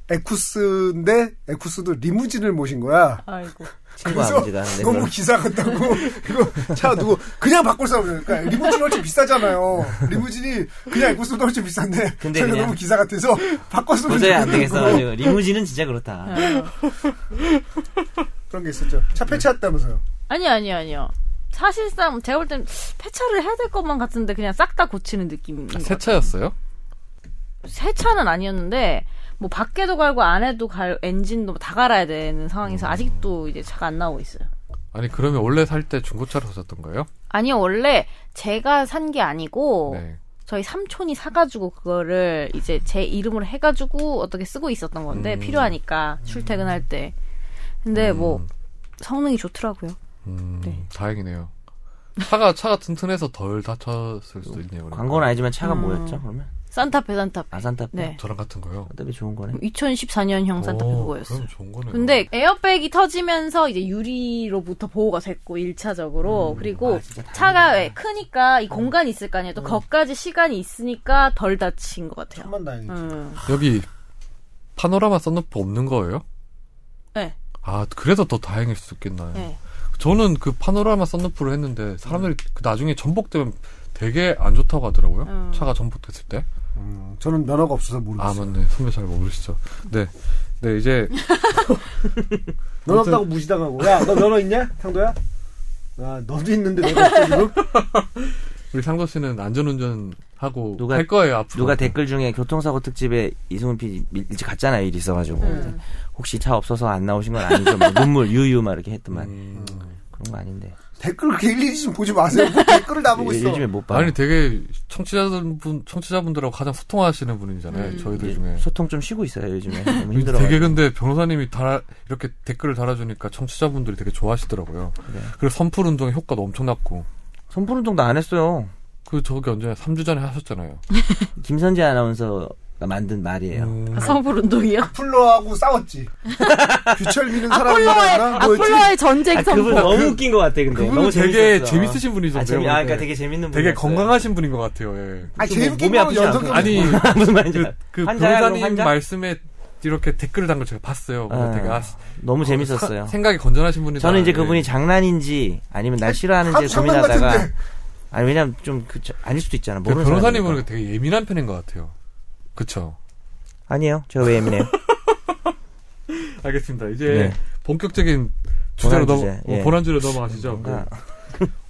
[SPEAKER 3] 에쿠스인데 에쿠스도 리무진을 모신 거야.
[SPEAKER 2] 아이고.
[SPEAKER 4] 친구
[SPEAKER 3] 그래서
[SPEAKER 4] 아버지가 하는데
[SPEAKER 3] 너무
[SPEAKER 4] 그런-
[SPEAKER 3] 기사 같다고 이거 차 누구 그냥 바꿀 사람이니까 그러니까 리무진 훨씬 비싸잖아요. 리무진이 그냥 에쿠스보다 훨씬 비싼데
[SPEAKER 4] 근데
[SPEAKER 3] 저희가
[SPEAKER 4] 그냥-
[SPEAKER 3] 너무 기사 같아서 바꿨으면
[SPEAKER 4] 도저히 안
[SPEAKER 3] 좋겠는
[SPEAKER 4] 되겠어.
[SPEAKER 3] 거고
[SPEAKER 4] 가지고. 리무진은 진짜 그렇다.
[SPEAKER 2] 네.
[SPEAKER 3] 그런 게 있었죠. 차 폐차했다면서요.
[SPEAKER 2] 아니요 아니요 아니요. 사실상 제가 볼 땐 폐차를 해야 될 것만 같은데 그냥 싹 다 고치는 느낌인 것
[SPEAKER 1] 새
[SPEAKER 2] 같아요.
[SPEAKER 1] 차였어요?
[SPEAKER 2] 새 차는 아니었는데 뭐 밖에도 갈고 안에도 갈 엔진도 다 갈아야 되는
[SPEAKER 4] 음.
[SPEAKER 2] 상황에서 아직도 이제 차가 안 나오고 있어요.
[SPEAKER 1] 아니 그러면 원래 살 때 중고차로 샀던 거예요?
[SPEAKER 2] 아니요 원래 제가 산 게 아니고
[SPEAKER 1] 네.
[SPEAKER 2] 저희 삼촌이 사가지고 그거를 이제 제 이름으로 해가지고 어떻게 쓰고 있었던 건데
[SPEAKER 1] 음.
[SPEAKER 2] 필요하니까 출퇴근할 때. 근데
[SPEAKER 4] 음.
[SPEAKER 2] 뭐 성능이 좋더라고요.
[SPEAKER 1] 음,
[SPEAKER 2] 네.
[SPEAKER 1] 다행이네요. 차가 차가 튼튼해서 덜 다쳤을 수도 있네요. 그러니까.
[SPEAKER 4] 광고는 아니지만 차가
[SPEAKER 2] 음.
[SPEAKER 4] 뭐였죠? 그러면
[SPEAKER 2] 산타페 산타페.
[SPEAKER 4] 아산타페.
[SPEAKER 2] 네.
[SPEAKER 1] 저랑 같은 거요.
[SPEAKER 4] 어차피 좋은 거네.
[SPEAKER 3] 음.
[SPEAKER 2] 2014년형 산타페
[SPEAKER 1] 오,
[SPEAKER 2] 그거였어요.
[SPEAKER 1] 그럼 좋은 거네요.
[SPEAKER 2] 근데 에어백이 터지면서 이제 유리로부터 보호가 됐고 일차적으로 그리고
[SPEAKER 4] 아, 진짜 다행이다. 음.
[SPEAKER 2] 차가 왜 크니까 이 공간이 있을 거 아니에요. 또 거까지 시간이 있으니까 덜 다친 것 같아요.
[SPEAKER 3] 천만 다행이죠.
[SPEAKER 2] 음.
[SPEAKER 1] 여기 파노라마 썬루프 없는 거예요?
[SPEAKER 2] 네.
[SPEAKER 1] 아 그래서 더 다행일 수 있겠나요?
[SPEAKER 2] 네.
[SPEAKER 1] 저는 그 파노라마 썬루프를 했는데 사람들이 그 나중에 전복되면 되게 안 좋다고 하더라고요.
[SPEAKER 2] 음.
[SPEAKER 1] 차가 전복됐을 때.
[SPEAKER 3] 음, 저는 면허가 없어서
[SPEAKER 1] 아
[SPEAKER 4] 뭐,
[SPEAKER 3] 모르겠어요.
[SPEAKER 1] 맞네. 선배 잘 모르시죠. 네. 네 이제
[SPEAKER 3] 면허 없다고 무시당하고 야 너 면허 있냐? 상도야? 아, 너도 있는데 내가 없어, 지금?
[SPEAKER 1] 우리 상거 씨는 안전운전 하고
[SPEAKER 4] 누가-
[SPEAKER 1] 할 거예요 앞으로.
[SPEAKER 4] 누가 댓글 중에 교통사고 특집에 이승훈 PD 밀- 일찍 갔잖아요. 일 있어가지고.
[SPEAKER 2] 음.
[SPEAKER 4] 혹시 차 없어서 안 나오신 건 아니죠? 막 눈물 유유 막 이렇게 했더만.
[SPEAKER 1] 음.
[SPEAKER 4] 그런 거 아닌데.
[SPEAKER 3] 댓글 그렇게 일일이 좀 보지 마세요. 뭐 댓글을 다 보고
[SPEAKER 4] 예-
[SPEAKER 3] 있어.
[SPEAKER 4] 요즘에 못 봐.
[SPEAKER 1] 아니 되게 청취자분 청취자분들하고 가장 소통하시는 분이잖아요
[SPEAKER 2] 음.
[SPEAKER 1] 저희들
[SPEAKER 4] 예,
[SPEAKER 1] 중에.
[SPEAKER 4] 소통 좀 쉬고 있어요. 요즘에 너무 힘들어.
[SPEAKER 1] 되게 근데 변호사님이 달아, 이렇게 댓글을 달아주니까 청취자분들이 되게 좋아하시더라고요.
[SPEAKER 4] 그래.
[SPEAKER 1] 그리고 선풀 운동의 효과도 엄청 났고.
[SPEAKER 4] 선풀 운동도 안 했어요.
[SPEAKER 1] 그 저기 언제 3주 전에 하셨잖아요.
[SPEAKER 4] 김선재 아나운서가 만든 말이에요.
[SPEAKER 1] 음.
[SPEAKER 2] 아, 성불 운동이요?
[SPEAKER 3] 아폴로하고 싸웠지. 규철미는 사람이었나? 뭐였지?
[SPEAKER 2] 아, 아폴로의 전쟁
[SPEAKER 4] 아,
[SPEAKER 2] 선포.
[SPEAKER 4] 그분 너무 웃긴 것 같아. 근데
[SPEAKER 1] 그분은
[SPEAKER 4] 너무
[SPEAKER 1] 되게
[SPEAKER 4] 재밌었어.
[SPEAKER 1] 재밌으신 분이잖아요.
[SPEAKER 4] 아, 재미, 아, 그러니까 되게 재밌는 분.
[SPEAKER 1] 되게 건강하신 분인 것 같아요. 예.
[SPEAKER 3] 아,
[SPEAKER 4] 좀
[SPEAKER 3] 재밌게 보면
[SPEAKER 4] 몸이 아프지
[SPEAKER 3] 연속이
[SPEAKER 4] 않고.
[SPEAKER 1] 아니
[SPEAKER 4] 무슨 말인지.
[SPEAKER 1] 그,
[SPEAKER 4] 알아.
[SPEAKER 1] 그
[SPEAKER 4] 환자야, 그럼
[SPEAKER 1] 변호사님
[SPEAKER 4] 환자?
[SPEAKER 1] 말씀에 이렇게 댓글을 단 걸 제가 봤어요. 그래서
[SPEAKER 4] 아,
[SPEAKER 1] 되게 아,
[SPEAKER 4] 너무
[SPEAKER 1] 사-
[SPEAKER 4] 재밌었어요.
[SPEAKER 1] 생각이 건전하신 분이
[SPEAKER 4] 저는 이제 그분이 장난인지 아니면 날 싫어하는지
[SPEAKER 3] 참 장난
[SPEAKER 4] 고민하다가
[SPEAKER 3] 같은데.
[SPEAKER 4] 아니 왜냐면 좀 그, 저- 아닐 수도 있잖아. 모르는
[SPEAKER 1] 변호사님은
[SPEAKER 4] 사람이니까.
[SPEAKER 1] 되게 예민한 편인 것 같아요. 그쵸?
[SPEAKER 4] 아니에요. 제가 왜 예민해요?
[SPEAKER 1] 알겠습니다. 이제
[SPEAKER 4] 네.
[SPEAKER 1] 본격적인 주제로
[SPEAKER 4] 본안
[SPEAKER 1] 넘어
[SPEAKER 4] 주제, 예.
[SPEAKER 1] 어, 본안 주제로 넘어가시죠. 그
[SPEAKER 4] 뭔가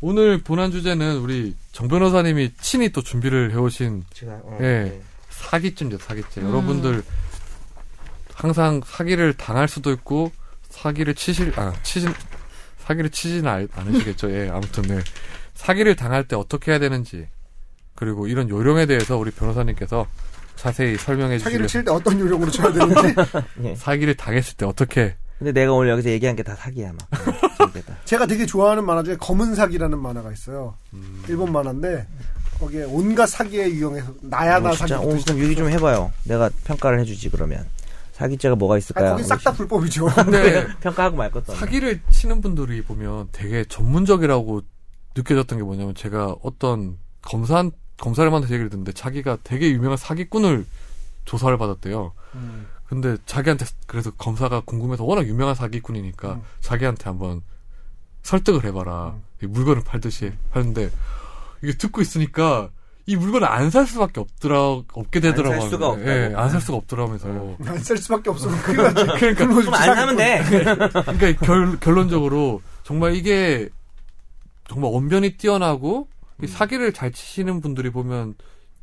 [SPEAKER 1] 오늘 본안 주제는 우리 정 변호사님이 친히 또 준비를 해오신
[SPEAKER 4] 제가 어,
[SPEAKER 1] 예. 사기죄입니다. 사기죄.
[SPEAKER 2] 음.
[SPEAKER 1] 여러분들 항상 사기를 당할 수도 있고 사기를 치실 아 치진 사기를 치지는 알- 않으시겠죠. 예 아무튼 네. 사기를 당할 때 어떻게 해야 되는지 그리고 이런 요령에 대해서 우리 변호사님께서 자세히 설명해
[SPEAKER 3] 사기를
[SPEAKER 1] 주시면
[SPEAKER 3] 칠 때 어떤 요령으로 쳐야 되는지.
[SPEAKER 4] 네.
[SPEAKER 1] 사기를 당했을 때 어떻게
[SPEAKER 4] 예. 근데 내가 오늘 여기서 얘기한 게 다 사기야 막. 재밌겠다.
[SPEAKER 3] 제가 되게 좋아하는 만화 중에 검은 사기라는 만화가 있어요.
[SPEAKER 4] 음.
[SPEAKER 3] 일본 만화인데 거기에 온갖 사기에 유형해서 나야나
[SPEAKER 4] 어,
[SPEAKER 3] 사기.
[SPEAKER 4] 진짜. 어, 그럼 얘기 좀 해봐요. 내가 평가를 해주지 그러면 사기죄가 뭐가
[SPEAKER 3] 아,
[SPEAKER 4] 있을까요? 뭐
[SPEAKER 3] 거기 싹 다 불법이죠.
[SPEAKER 1] 근데
[SPEAKER 4] 평가하고 말 것도 아니야.
[SPEAKER 1] 네. 사기를 치는 분들이 보면 되게 전문적이라고 느껴졌던 게 뭐냐면 제가 어떤 검사 검사를 만나서 얘기를 듣는데 자기가 되게 유명한 사기꾼을 조사를 받았대요.
[SPEAKER 3] 음.
[SPEAKER 1] 근데 자기한테 그래서 검사가 궁금해서 워낙 유명한 사기꾼이니까
[SPEAKER 3] 음.
[SPEAKER 1] 자기한테 한번 설득을
[SPEAKER 4] 음.
[SPEAKER 1] 해봐라. 이 물건을 팔듯이 하는데 이게 듣고 있으니까 이 물건을 안 살 수밖에 없더라 없게 되더라고.
[SPEAKER 4] 안살 수가
[SPEAKER 1] 하는데.
[SPEAKER 4] 없다고. 네.
[SPEAKER 1] 예, 안살 수가 없더라면서. 요
[SPEAKER 3] 안쓸 수밖에 없으면 큰일 나지.
[SPEAKER 1] 그러니까
[SPEAKER 3] 굶어 죽지,
[SPEAKER 4] 좀안
[SPEAKER 3] 사기꾼.
[SPEAKER 4] 하면 돼.
[SPEAKER 1] 그러니까 결, 결론적으로 정말 이게 정말 언변이 뛰어나고
[SPEAKER 3] 음.
[SPEAKER 1] 이 사기를 잘 치시는 분들이 보면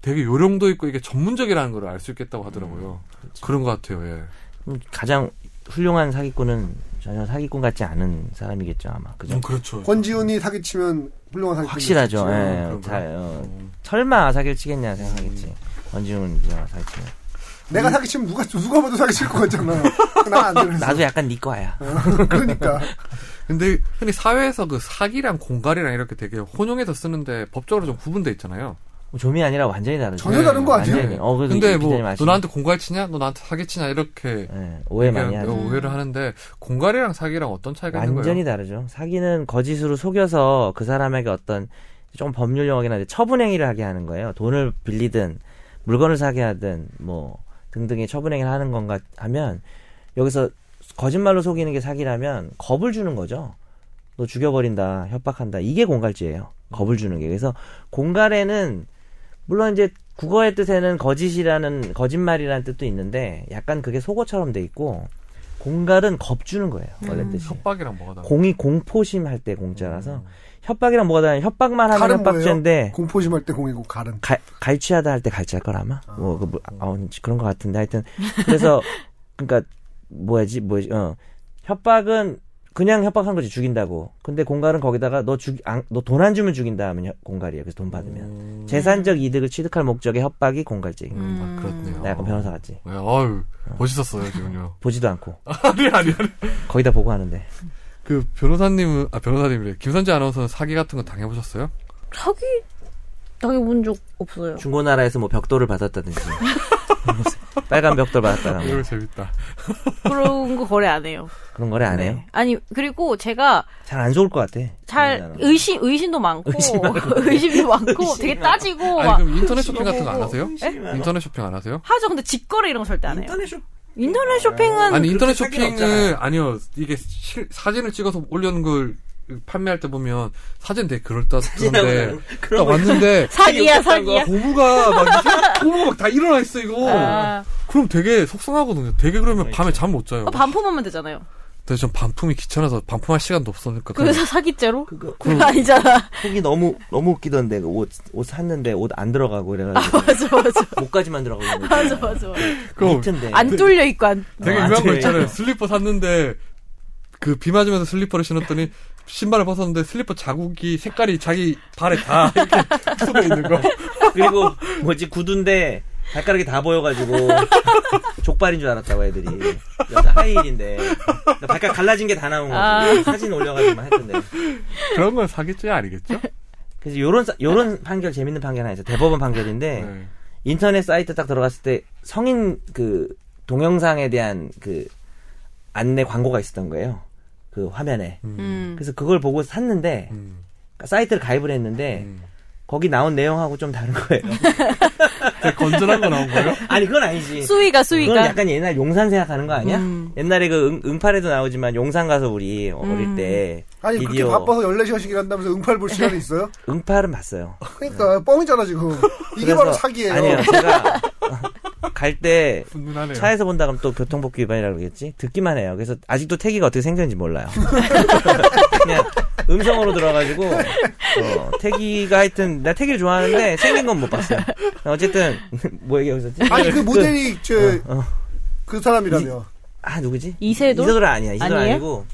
[SPEAKER 1] 되게 요령도 있고 이게 전문적이라는 걸 알 수 있겠다고 하더라고요.
[SPEAKER 3] 음, 그렇죠.
[SPEAKER 1] 그런 것 같아요. 예.
[SPEAKER 4] 음, 가장 훌륭한 사기꾼은 전혀 사기꾼 같지 않은 사람이겠죠 아마
[SPEAKER 3] 음,
[SPEAKER 4] 그죠?
[SPEAKER 1] 그렇죠.
[SPEAKER 3] 권지훈이 사기치면 훌륭한 사기.
[SPEAKER 4] 확실하죠. 예.
[SPEAKER 1] 그런 거. 음.
[SPEAKER 4] 잘, 어, 설마 사기를 치겠냐 생각하겠지. 원지훈 기자가 사기치면.
[SPEAKER 3] 내가 사기치면 누가 누가 봐도 사기칠 것 같잖아. 나안 들었어.
[SPEAKER 4] 음. 나도 약간 니네 거야.
[SPEAKER 3] 그러니까.
[SPEAKER 1] 근데 흔히 사회에서 그 사기랑 공갈이랑 이렇게 되게 혼용해서 쓰는데 법적으로 좀 구분돼 있잖아요.
[SPEAKER 4] 좀이 어, 아니라 완전히 예. 다르죠.
[SPEAKER 3] 전혀 음, 다른 거 아니에요?
[SPEAKER 4] 완전히 다른- 어, 그래서
[SPEAKER 1] 근데
[SPEAKER 4] 이
[SPEAKER 1] 뭐
[SPEAKER 4] 기자님
[SPEAKER 1] 너
[SPEAKER 4] 아시죠?
[SPEAKER 1] 나한테 공갈 치냐? 너 나한테 사기 치냐? 이렇게
[SPEAKER 4] 예, 오해 많이
[SPEAKER 1] 그냥
[SPEAKER 4] 하죠.
[SPEAKER 1] 오해를 하는데 공갈이랑 사기랑 어떤 차이가 있는 거예요?
[SPEAKER 4] 완전히 다르죠. 사기는 거짓으로 속여서 그 사람에게 어떤 좀 법률 용어긴 한데 처분행위를 하게 하는 거예요. 돈을 빌리든 물건을 사게 하든 뭐 등등의 처분행위를 하는 건가 하면 여기서 거짓말로 속이는 게 사기라면 겁을 주는 거죠. 너 죽여버린다, 협박한다. 이게 공갈죄예요. 겁을 주는 게. 그래서 공갈에는 물론 이제 국어의 뜻에는 거짓이라는 거짓말이라는 뜻도 있는데 약간 그게 속어처럼 돼 있고 공갈은 겁 주는 거예요. 원래 뜻이.
[SPEAKER 1] 협박이랑 뭐가 다른?
[SPEAKER 4] 공이 공포심 할 때 공짜라서 협박이랑 뭐가 음. 다른 협박만 하면
[SPEAKER 3] 갈은
[SPEAKER 4] 협박죄인데
[SPEAKER 3] 뭐예요? 공포심할 때 공이고 갈은.
[SPEAKER 4] 갈, 갈취하다 할 때 갈취할 걸 아마 뭐, 그, 뭐, 아, 그런 것 같은데 하여튼 그래서 그러니까 뭐야지 뭐지 어 협박은 그냥 협박한 거지 죽인다고 근데 공갈은 거기다가 너죽너돈 안 주면 죽인다 하면 협- 공갈이에요 그래서 돈 받으면
[SPEAKER 1] 음,
[SPEAKER 4] 재산적 이득을 취득할 목적의 협박이 공갈죄인
[SPEAKER 2] 음.
[SPEAKER 4] 거예요
[SPEAKER 1] 아, 그렇네요.
[SPEAKER 4] 음, 나 약간 변호사 같지
[SPEAKER 1] 네, 어유 멋있었어요 지금요.
[SPEAKER 4] 보지도 않고
[SPEAKER 1] 아니 아니 아니.
[SPEAKER 4] 거기다 보고 하는데
[SPEAKER 1] 그 변호사님은 아 변호사님이래. 김선재 아나운서는 사기 같은 거 당해보셨어요?
[SPEAKER 2] 사기 당해본 적 없어요.
[SPEAKER 4] 중고나라에서 뭐 벽돌을 받았다든지 빨간 벽돌 받았다가 뭐
[SPEAKER 1] 이거 재밌다.
[SPEAKER 2] 그런 거 거래 안 해요.
[SPEAKER 4] 그런 거래 안 해요
[SPEAKER 2] 네. 아니 그리고 제가
[SPEAKER 4] 잘 안 좋을 것 같아. 네,
[SPEAKER 2] 잘 의심 의심도 많고 의심도 많고 되게 따지고
[SPEAKER 1] 어, 아니 어,
[SPEAKER 2] 막
[SPEAKER 1] 그럼 인터넷 쇼핑 같은 거 안 하세요?
[SPEAKER 4] 에?
[SPEAKER 1] 인터넷 쇼핑 안 하세요?
[SPEAKER 2] 하죠. 근데 직거래 이런 거 절대 안 해요.
[SPEAKER 4] 인터넷 쇼
[SPEAKER 2] 인터넷 쇼핑은
[SPEAKER 1] 아니 인터넷
[SPEAKER 4] 사기는
[SPEAKER 1] 쇼핑은 아니요 이게 실- 사진을 찍어서 올려놓은 걸 판매할 때 보면 사진 되게 그럴듯한데 딱 왔는데
[SPEAKER 2] 사기야 사기야.
[SPEAKER 1] 고무가 막 이렇게 고무가 막 다 일어나 있어 이거
[SPEAKER 2] 아,
[SPEAKER 1] 아, 그렇죠. 그럼 되게 속상하거든요 되게 그러면 어, 밤에 잠 못 자요
[SPEAKER 2] 반품하면 되잖아요.
[SPEAKER 1] 근데 전 반품이 귀찮아서 반품할 시간도 없으니까 그냥
[SPEAKER 2] 그래서 사기죄로?
[SPEAKER 4] 그거
[SPEAKER 2] 그거 아니잖아.
[SPEAKER 4] 속이 너무 너무 웃기던데 그 옷, 옷 샀는데 옷 안 들어가고 그래가지고
[SPEAKER 2] 맞아, 맞아.
[SPEAKER 4] 목까지만 들어가고
[SPEAKER 2] 맞아, 맞아. 맞아.
[SPEAKER 1] 그거 그-
[SPEAKER 4] 니트인데
[SPEAKER 2] 안 뚫려 있고 안.
[SPEAKER 1] 되게
[SPEAKER 4] 어,
[SPEAKER 1] 유명한 거
[SPEAKER 4] 아직-
[SPEAKER 1] 있잖아요. 슬리퍼 샀는데 그 비 맞으면서 슬리퍼를 신었더니 신발을 벗었는데 슬리퍼 자국이 색깔이 자기 발에 다 이렇게 묻어 있는 거.
[SPEAKER 4] 그리고 뭐지 구두인데 발가락이 다 보여가지고 족발인 줄 알았다고 애들이 여자 하이힐인데 그러니까 발가락 갈라진 게 다 나온 거지
[SPEAKER 2] 아.
[SPEAKER 4] 사진 올려가지고만 했던데
[SPEAKER 1] 그런 건 사기죄 아니겠죠?
[SPEAKER 4] 그래서 요런 사- 요런 판결 재밌는 판결 하나 있어요 대법원 판결인데
[SPEAKER 1] 네.
[SPEAKER 4] 인터넷 사이트 딱 들어갔을 때 성인 그 동영상에 대한 그 안내 광고가 있었던 거예요 그 화면에
[SPEAKER 2] 음.
[SPEAKER 4] 그래서 그걸 보고 샀는데
[SPEAKER 1] 음.
[SPEAKER 4] 사이트를 가입을 했는데
[SPEAKER 1] 음.
[SPEAKER 4] 거기 나온 내용하고 좀 다른 거예요
[SPEAKER 1] 되게 건전한 거 나온 거예요?
[SPEAKER 4] 아니 그건 아니지
[SPEAKER 2] 수위가 수위가.
[SPEAKER 4] 그건 약간 옛날 용산 생각하는 거 아니야?
[SPEAKER 2] 음.
[SPEAKER 4] 옛날에 그 응, 파에도 나오지만 용산 가서 우리 어릴 때
[SPEAKER 3] 아니
[SPEAKER 4] 비디오
[SPEAKER 3] 그렇게
[SPEAKER 4] 네.
[SPEAKER 3] 바빠서 14시간씩 일한다면서 응팔 볼 시간이 있어요?
[SPEAKER 4] 응팔은 봤어요.
[SPEAKER 3] 그러니까 뻥이잖아 지금. 이게
[SPEAKER 4] 그래서-
[SPEAKER 3] 바로 사기예요.
[SPEAKER 4] 아니에요. 제가 갈 때
[SPEAKER 1] 분분하네요.
[SPEAKER 4] 차에서 본다 그러면 또 교통법규 위반이라고 그러겠지? 듣기만 해요. 그래서 아직도 태기가 어떻게 생겼는지 몰라요. 그냥 음성으로 들어가지고 어, 태기가 하여튼 나 태기를 좋아하는데 생긴 건 못 봤어요. 어쨌든 뭐 얘기하고 있었지? 어.
[SPEAKER 3] 아니 그 모델이
[SPEAKER 4] 네.
[SPEAKER 3] 저 그 사람이라며.
[SPEAKER 4] 아 누구지?
[SPEAKER 2] 이세돌?
[SPEAKER 4] 이세돌 아니야. 이세돌
[SPEAKER 2] 아니에요?
[SPEAKER 4] 아니고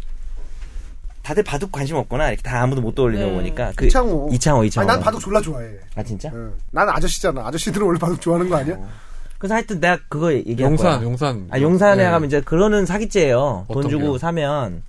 [SPEAKER 4] 다들 바둑 관심 없거나 이렇게 다 아무도 못 떠올리는
[SPEAKER 2] 네.
[SPEAKER 4] 거 보니까 그
[SPEAKER 3] 이창호.
[SPEAKER 4] 이창호 이창호.
[SPEAKER 3] 아니 난 바둑 졸라 좋아해.
[SPEAKER 4] 아 진짜?
[SPEAKER 3] 응. 난 아저씨잖아. 아저씨들은 원래 바둑 좋아하는 거 아니야?
[SPEAKER 4] 어, 그래서 하여튼 내가 그거 얘기할
[SPEAKER 1] 용산,
[SPEAKER 4] 거야.
[SPEAKER 1] 용산.
[SPEAKER 4] 아 용산에
[SPEAKER 1] 네.
[SPEAKER 4] 가면 이제 그러는 사기죄예요. 돈
[SPEAKER 1] 어떤
[SPEAKER 4] 주고
[SPEAKER 1] 게요?
[SPEAKER 4] 사면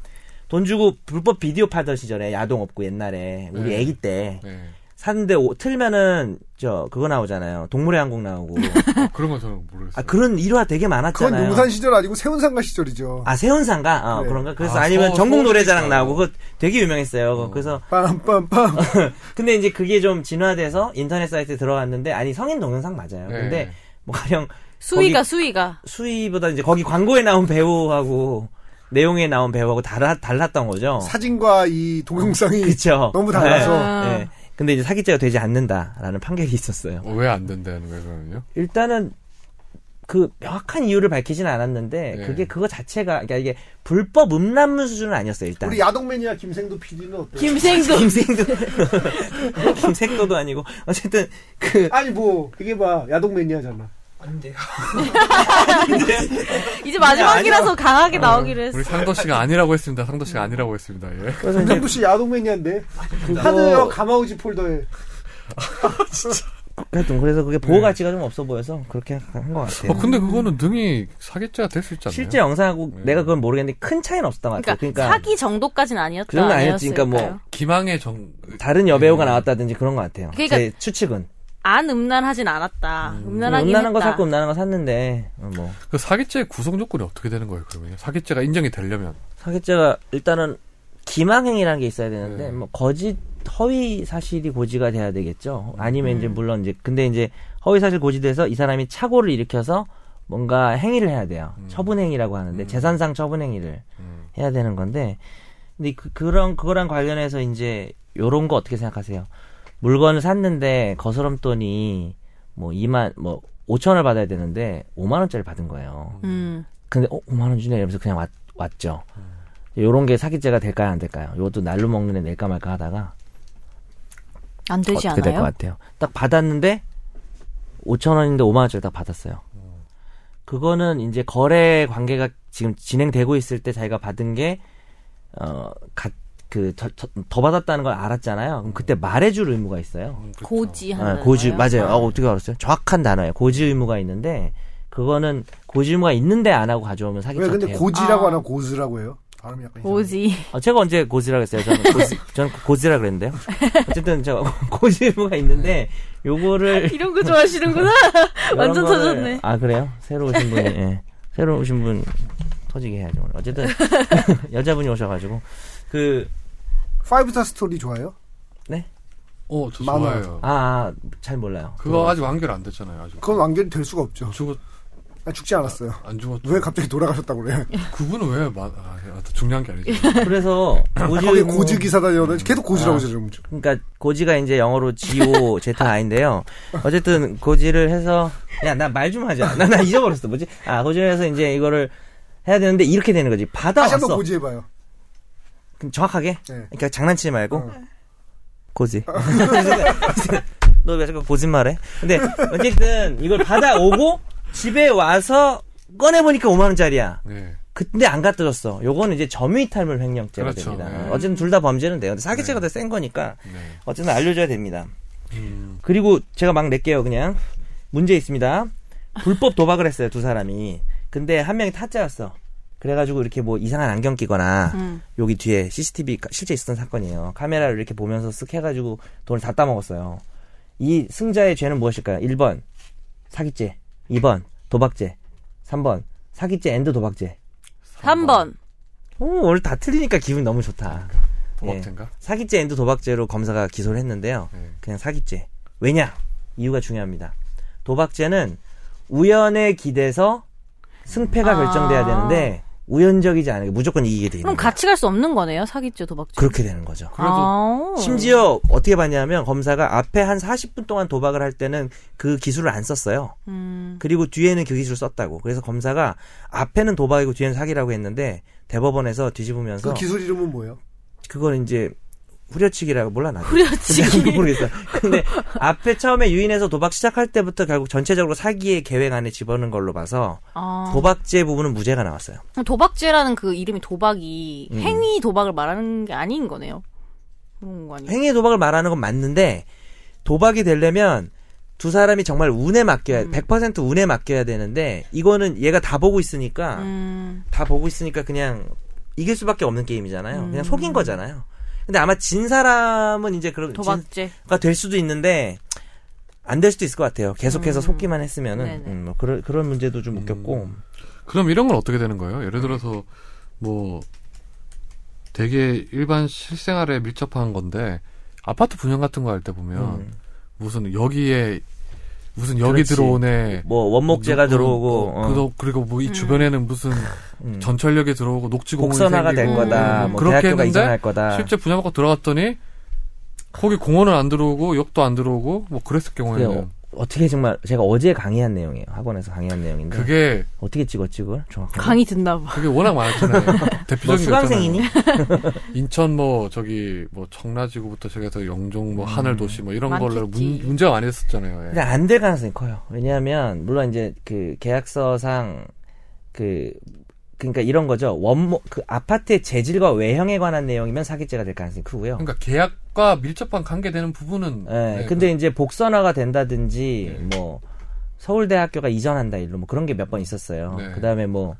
[SPEAKER 4] 돈 주고 불법 비디오 팔던 시절에 야동 없고 옛날에 우리
[SPEAKER 1] 네.
[SPEAKER 4] 애기 때
[SPEAKER 1] 네.
[SPEAKER 4] 샀는데 오- 틀면은 저 그거 나오잖아요. 동물의 왕국 나오고
[SPEAKER 1] 어, 그런 건 저는 모르겠어요.
[SPEAKER 4] 아 그런 일화 되게
[SPEAKER 3] 그건
[SPEAKER 4] 많았잖아요.
[SPEAKER 3] 용산 시절 아니고 세운상가 시절이죠.
[SPEAKER 4] 아 세운상가 어,
[SPEAKER 3] 네.
[SPEAKER 4] 그런가 그래서
[SPEAKER 1] 아,
[SPEAKER 4] 아, 니면
[SPEAKER 1] 서울-
[SPEAKER 4] 전국 노래자랑
[SPEAKER 1] 서울이니까요.
[SPEAKER 4] 나오고 그거 되게 유명했어요. 그래서
[SPEAKER 3] 빰빰빰.
[SPEAKER 4] 근데 이제 그게 좀 진화돼서 인터넷 사이트에 들어갔는데 아니 성인 동영상 맞아요.
[SPEAKER 1] 네.
[SPEAKER 4] 근데 뭐 가령
[SPEAKER 2] 수위가 수위가.
[SPEAKER 4] 수위보다 이제 거기 광고에 나온 배우하고 내용에 나온 배우하고 달라, 달랐던 거죠.
[SPEAKER 3] 사진과 이 동영상이
[SPEAKER 4] 어. 그쵸.
[SPEAKER 3] 너무 달라서.
[SPEAKER 2] 아.
[SPEAKER 4] 네. 근데 이제 사기죄가 되지 않는다라는 판결이 있었어요.
[SPEAKER 1] 왜 안 된다는 거예요, 그러면요?
[SPEAKER 4] 일단은 그 명확한 이유를 밝히진 않았는데
[SPEAKER 1] 네.
[SPEAKER 4] 그게 그거 자체가 그러니까 이게 불법 음란물 수준은 아니었어요 일단.
[SPEAKER 3] 우리 야동 매니아 김생도 PD는 어때요?
[SPEAKER 2] 김생도.
[SPEAKER 4] 김생도 김생도도 아니고 어쨌든 그
[SPEAKER 3] 아니 뭐 그게 봐 야동 매니아잖아.
[SPEAKER 2] 이제 마지막이라서 강하게 나오기로
[SPEAKER 1] 우리
[SPEAKER 2] 했어.
[SPEAKER 1] 상도 씨가 아니라고 했습니다. 상도 씨가 아니라고 했습니다. 예.
[SPEAKER 4] 그래서 이제 뭐.
[SPEAKER 3] 김생도 씨 야동 매니아인데 하늘요 가마우지 폴더에.
[SPEAKER 4] 하여튼 그래서 그게
[SPEAKER 3] 네.
[SPEAKER 4] 보호 가치가 좀 없어 보여서 그렇게 한 것 같아요.
[SPEAKER 1] 어, 근데 그거는 능히 사기죄가 될 수 있잖아요.
[SPEAKER 4] 실제 영상하고
[SPEAKER 1] 네.
[SPEAKER 4] 내가 그건 모르겠는데 큰 차이는 없었던 것
[SPEAKER 2] 그러니까,
[SPEAKER 4] 같아요. 그러니까,
[SPEAKER 2] 사기 정도까지는 아니었다.
[SPEAKER 4] 그 정도는 아니었지. 그러니까 뭐
[SPEAKER 2] 아니었을까요?
[SPEAKER 1] 기망의 정
[SPEAKER 4] 다른 여배우가
[SPEAKER 3] 네.
[SPEAKER 4] 나왔다든지 그런 것 같아요.
[SPEAKER 2] 그러니까-
[SPEAKER 4] 제 추측은
[SPEAKER 2] 안 음란하진 않았다. 음란하긴
[SPEAKER 4] 음란한 거
[SPEAKER 2] 했다.
[SPEAKER 4] 샀고 음란한 거 샀는데 어, 뭐
[SPEAKER 1] 그 사기죄 구성 조건이 어떻게 되는 거예요, 그러면? 사기죄가 인정이 되려면.
[SPEAKER 4] 사기죄가 일단은 기망행위라는 게 있어야 되는데
[SPEAKER 1] 네.
[SPEAKER 4] 뭐 거짓 허위 사실이 고지가 돼야 되겠죠. 아니면 이제 물론 이제 근데 이제 허위 사실 고지돼서 이 사람이 착오를 일으켜서 뭔가 행위를 해야 돼요. 처분행위라고 하는데 재산상 처분행위를 해야 되는 건데 근데 그, 그런 그거랑 관련해서 이제 요런 거 어떻게 생각하세요? 물건을 샀는데 거스름돈이 뭐 2만 뭐 5천 원을 받아야 되는데 5만 원짜리 받은 거예요.
[SPEAKER 2] 음.
[SPEAKER 4] 근데 어 5만 원 주네 이러면서 그냥 왔, 왔죠. 요런 게 사기죄가 될까요 안 될까요? 요것도 날로 먹는 애 낼까 말까 하다가
[SPEAKER 2] 안 되지
[SPEAKER 4] 어떻게 될 것
[SPEAKER 2] 않아요?
[SPEAKER 4] 같아요. 딱 받았는데 5천 원인데 5만 원짜리 딱 받았어요. 그거는 이제 거래 관계가 지금 진행되고 있을 때 자기가 받은 어, 게어그더 더 받았다는 걸 알았잖아요. 그럼 그때 말해줄 의무가 있어요.
[SPEAKER 1] 음, 그렇죠.
[SPEAKER 2] 고지하는
[SPEAKER 4] 아, 고지
[SPEAKER 2] 거예요?
[SPEAKER 4] 맞아요. 아, 어떻게 알았어요? 정확한 단어예요. 고지 의무가 있는데 그거는 고지 의무가 있는데 안 하고 가져오면 사기죄
[SPEAKER 3] 왜 근데
[SPEAKER 4] 돼요.
[SPEAKER 3] 고지라고
[SPEAKER 2] 아.
[SPEAKER 3] 안 하고 고즈라고 해요? 발음이 약간 이상해.
[SPEAKER 2] 고지.
[SPEAKER 4] 아, 제가 언제 고지라고 했어요? 저는 고지, 저는 고지라 그랬는데요. 어쨌든 저 고지 의무가 있는데 요거를
[SPEAKER 2] 이런 거 좋아하시는구나. 완전
[SPEAKER 4] 이런 거를-
[SPEAKER 2] 터졌네.
[SPEAKER 4] 아 그래요? 새로 오신 분이 예. 새로 오신 분 터지게 해야죠. 오늘. 어쨌든 여자분이 오셔가지고 그
[SPEAKER 3] 파이브스타 스토리 좋아요?
[SPEAKER 1] 어, 저
[SPEAKER 3] 만화.
[SPEAKER 1] 좋아요.
[SPEAKER 4] 아, 아, 잘 몰라요.
[SPEAKER 1] 그거 아직 완결 안 됐잖아요, 아직.
[SPEAKER 3] 그건 완결이 될 수가 없죠.
[SPEAKER 1] 죽었,
[SPEAKER 3] 아, 죽지 않았어요.
[SPEAKER 1] 안 죽었죠.
[SPEAKER 3] 왜 갑자기 돌아가셨다고 그래?
[SPEAKER 1] 그분은 왜, 마, 아, 아, 중요한 게 아니죠.
[SPEAKER 4] 그래서 고지
[SPEAKER 3] 거기
[SPEAKER 4] 의무-
[SPEAKER 3] 고지 기사다녀는 계속 고지라고
[SPEAKER 4] 뭐 아.
[SPEAKER 3] 하죠, 지금.
[SPEAKER 4] 그러니까 고지가 이제 영어로 GO ZI인데요. 어쨌든 고지를 해서 야 나 말 좀 하자. 나 나 잊어버렸어. 뭐지? 아 고지를 해서 이제 이거를 해야 되는데 이렇게 되는 거지.
[SPEAKER 3] 다시
[SPEAKER 4] 받아왔어.
[SPEAKER 3] 한번 고지해봐요. 그
[SPEAKER 4] 그럼 정확하게.
[SPEAKER 3] 네.
[SPEAKER 4] 그러니까 장난치지 말고
[SPEAKER 3] 어.
[SPEAKER 4] 고지. 너 왜 자꾸 고짓말해? 근데 어쨌든 이걸 받아오고 집에 와서 꺼내 보니까 5만 원짜리야.
[SPEAKER 1] 네.
[SPEAKER 4] 근데 안 갖다 줬어. 요거는 이제 점유이탈물 횡령죄가
[SPEAKER 1] 그렇죠.
[SPEAKER 4] 됩니다.
[SPEAKER 1] 네.
[SPEAKER 4] 어쨌든 둘 다 범죄는 돼요. 근데 사기죄가 더 센 거니까
[SPEAKER 1] 네.
[SPEAKER 4] 어쨌든 알려줘야 됩니다.
[SPEAKER 1] 음.
[SPEAKER 4] 그리고 제가 막 낼게요 그냥 문제 있습니다 불법 도박을 했어요 두 사람이 근데 한 명이 타짜였어 그래가지고 이렇게 뭐 이상한 안경 끼거나
[SPEAKER 2] 음.
[SPEAKER 4] 여기 뒤에 CCTV 가- 실제 있었던 사건이에요 카메라를 이렇게 보면서 쓱 해가지고 돈을 다 따먹었어요 이 승자의 죄는 무엇일까요 1번 사기죄 2번 도박죄 3번 사기죄 앤드 도박죄 어,
[SPEAKER 2] 3번.
[SPEAKER 4] 오, 오늘 다 틀리니까 기분이 너무 좋다
[SPEAKER 1] 도박인가?
[SPEAKER 4] 사기죄 앤드 도박죄로 검사가 기소를 했는데요
[SPEAKER 1] 네.
[SPEAKER 4] 그냥 사기죄. 왜냐? 이유가 중요합니다. 도박죄는 우연에 기대서 승패가
[SPEAKER 2] 아.
[SPEAKER 4] 결정돼야 되는데 우연적이지 않아요. 무조건 이기게 되는
[SPEAKER 2] 그럼
[SPEAKER 4] 거예요.
[SPEAKER 2] 같이 갈 수 없는 거네요, 사기죄, 도박죄.
[SPEAKER 4] 음. 그렇게 되는 거죠.
[SPEAKER 2] 아우.
[SPEAKER 4] 심지어 어떻게 봤냐면 검사가 앞에 한 40분 동안 도박을 할 때는 그 기술을 안 썼어요.
[SPEAKER 2] 음.
[SPEAKER 4] 그리고 뒤에는 그 기술을 썼다고. 그래서 검사가 앞에는 도박이고 뒤에는 사기라고 했는데 대법원에서 뒤집으면서
[SPEAKER 3] 그 기술 이름은 뭐예요?
[SPEAKER 4] 그걸 이제 후려치기라고 몰라 나도.
[SPEAKER 2] 후려치기.
[SPEAKER 4] 모르겠어요. 근데 뭐 앞에 처음에 유인해서 도박 시작할 때부터 결국 전체적으로 사기의 계획 안에 집어넣은 걸로 봐서
[SPEAKER 2] 아.
[SPEAKER 4] 도박죄 부분은 무죄가 나왔어요.
[SPEAKER 2] 그럼 도박죄라는 그 이름이 도박이
[SPEAKER 4] 음.
[SPEAKER 2] 행위 도박을 말하는 게 아닌 거네요. 그런 거 아니에요?
[SPEAKER 4] 행위의 도박을 말하는 건 맞는데 도박이 되려면 두 사람이 정말 운에 맡겨야
[SPEAKER 2] 음.
[SPEAKER 4] 100% 운에 맡겨야 되는데 이거는 얘가 다 보고 있으니까
[SPEAKER 2] 음.
[SPEAKER 4] 다 보고 있으니까 그냥 이길 수밖에 없는 게임이잖아요.
[SPEAKER 2] 음.
[SPEAKER 4] 그냥 속인 거잖아요. 근데 아마 진 사람은 이제 그런 진-
[SPEAKER 2] 도박죄.
[SPEAKER 4] 가될 수도 있는데 안 될 수도 있을 것 같아요.
[SPEAKER 2] 음.
[SPEAKER 4] 계속해서 속기만 했으면은
[SPEAKER 2] 네네.
[SPEAKER 4] 음, 뭐 그런 그런 문제도
[SPEAKER 1] 음.
[SPEAKER 4] 좀 웃겼고
[SPEAKER 1] 그럼 이런 건 어떻게 되는 거예요? 예를 들어서 뭐 되게 일반 실생활에 밀접한 건데 아파트 분양 같은 거 할 때 보면
[SPEAKER 4] 음.
[SPEAKER 1] 무슨 여기에 무슨 여기
[SPEAKER 4] 그렇지.
[SPEAKER 1] 들어오네
[SPEAKER 4] 뭐 원목제가
[SPEAKER 1] 누구,
[SPEAKER 4] 들어오고
[SPEAKER 1] 어,
[SPEAKER 4] 어,
[SPEAKER 1] 그도- 그리고 뭐 이 주변에는 무슨
[SPEAKER 4] 음.
[SPEAKER 1] 전철역에 들어오고 녹지공원이
[SPEAKER 4] 곡선화가 될
[SPEAKER 1] 생기고
[SPEAKER 4] 거다.
[SPEAKER 1] 음,
[SPEAKER 4] 뭐
[SPEAKER 1] 그렇게
[SPEAKER 4] 대학교가
[SPEAKER 1] 했는데
[SPEAKER 4] 이전할 거다.
[SPEAKER 1] 실제 분양받고 들어갔더니 거기 공원은 안 들어오고 역도 안 들어오고 뭐 그랬을
[SPEAKER 4] 그게
[SPEAKER 1] 경우에는
[SPEAKER 4] 어, 어떻게 정말 제가 어제 강의한 내용이에요. 학원에서 강의한 내용인데
[SPEAKER 1] 그게
[SPEAKER 4] 어떻게 찍었지 그걸 정확하게
[SPEAKER 2] 강의 듣나 봐.
[SPEAKER 1] 그게 워낙 많았잖아요.
[SPEAKER 4] 너
[SPEAKER 1] 대표적인 거 있잖아요.
[SPEAKER 4] 뭐 수강생이니?
[SPEAKER 1] 인천 뭐 저기 뭐 청라지구부터 저기 해서 영종
[SPEAKER 4] 음.
[SPEAKER 1] 뭐 하늘도시 뭐 이런 걸로 문,
[SPEAKER 2] 많겠지.
[SPEAKER 1] 문제가 많이 됐었잖아요. 예.
[SPEAKER 4] 근데 안 될 가능성이 커요. 왜냐하면 물론 이제 그 계약서상 그 그러니까 이런 거죠. 원목 그 아파트의 재질과 외형에 관한 내용이면 사기죄가 될 가능성이 크고요.
[SPEAKER 1] 그러니까 계약과 밀접한 관계되는 부분은
[SPEAKER 4] 예.
[SPEAKER 1] 네,
[SPEAKER 4] 근데 이제 복선화가 된다든지 뭐 서울대학교가 이전한다 일로 뭐 그런 게 몇 번 있었어요.
[SPEAKER 1] 네.
[SPEAKER 4] 그다음에 뭐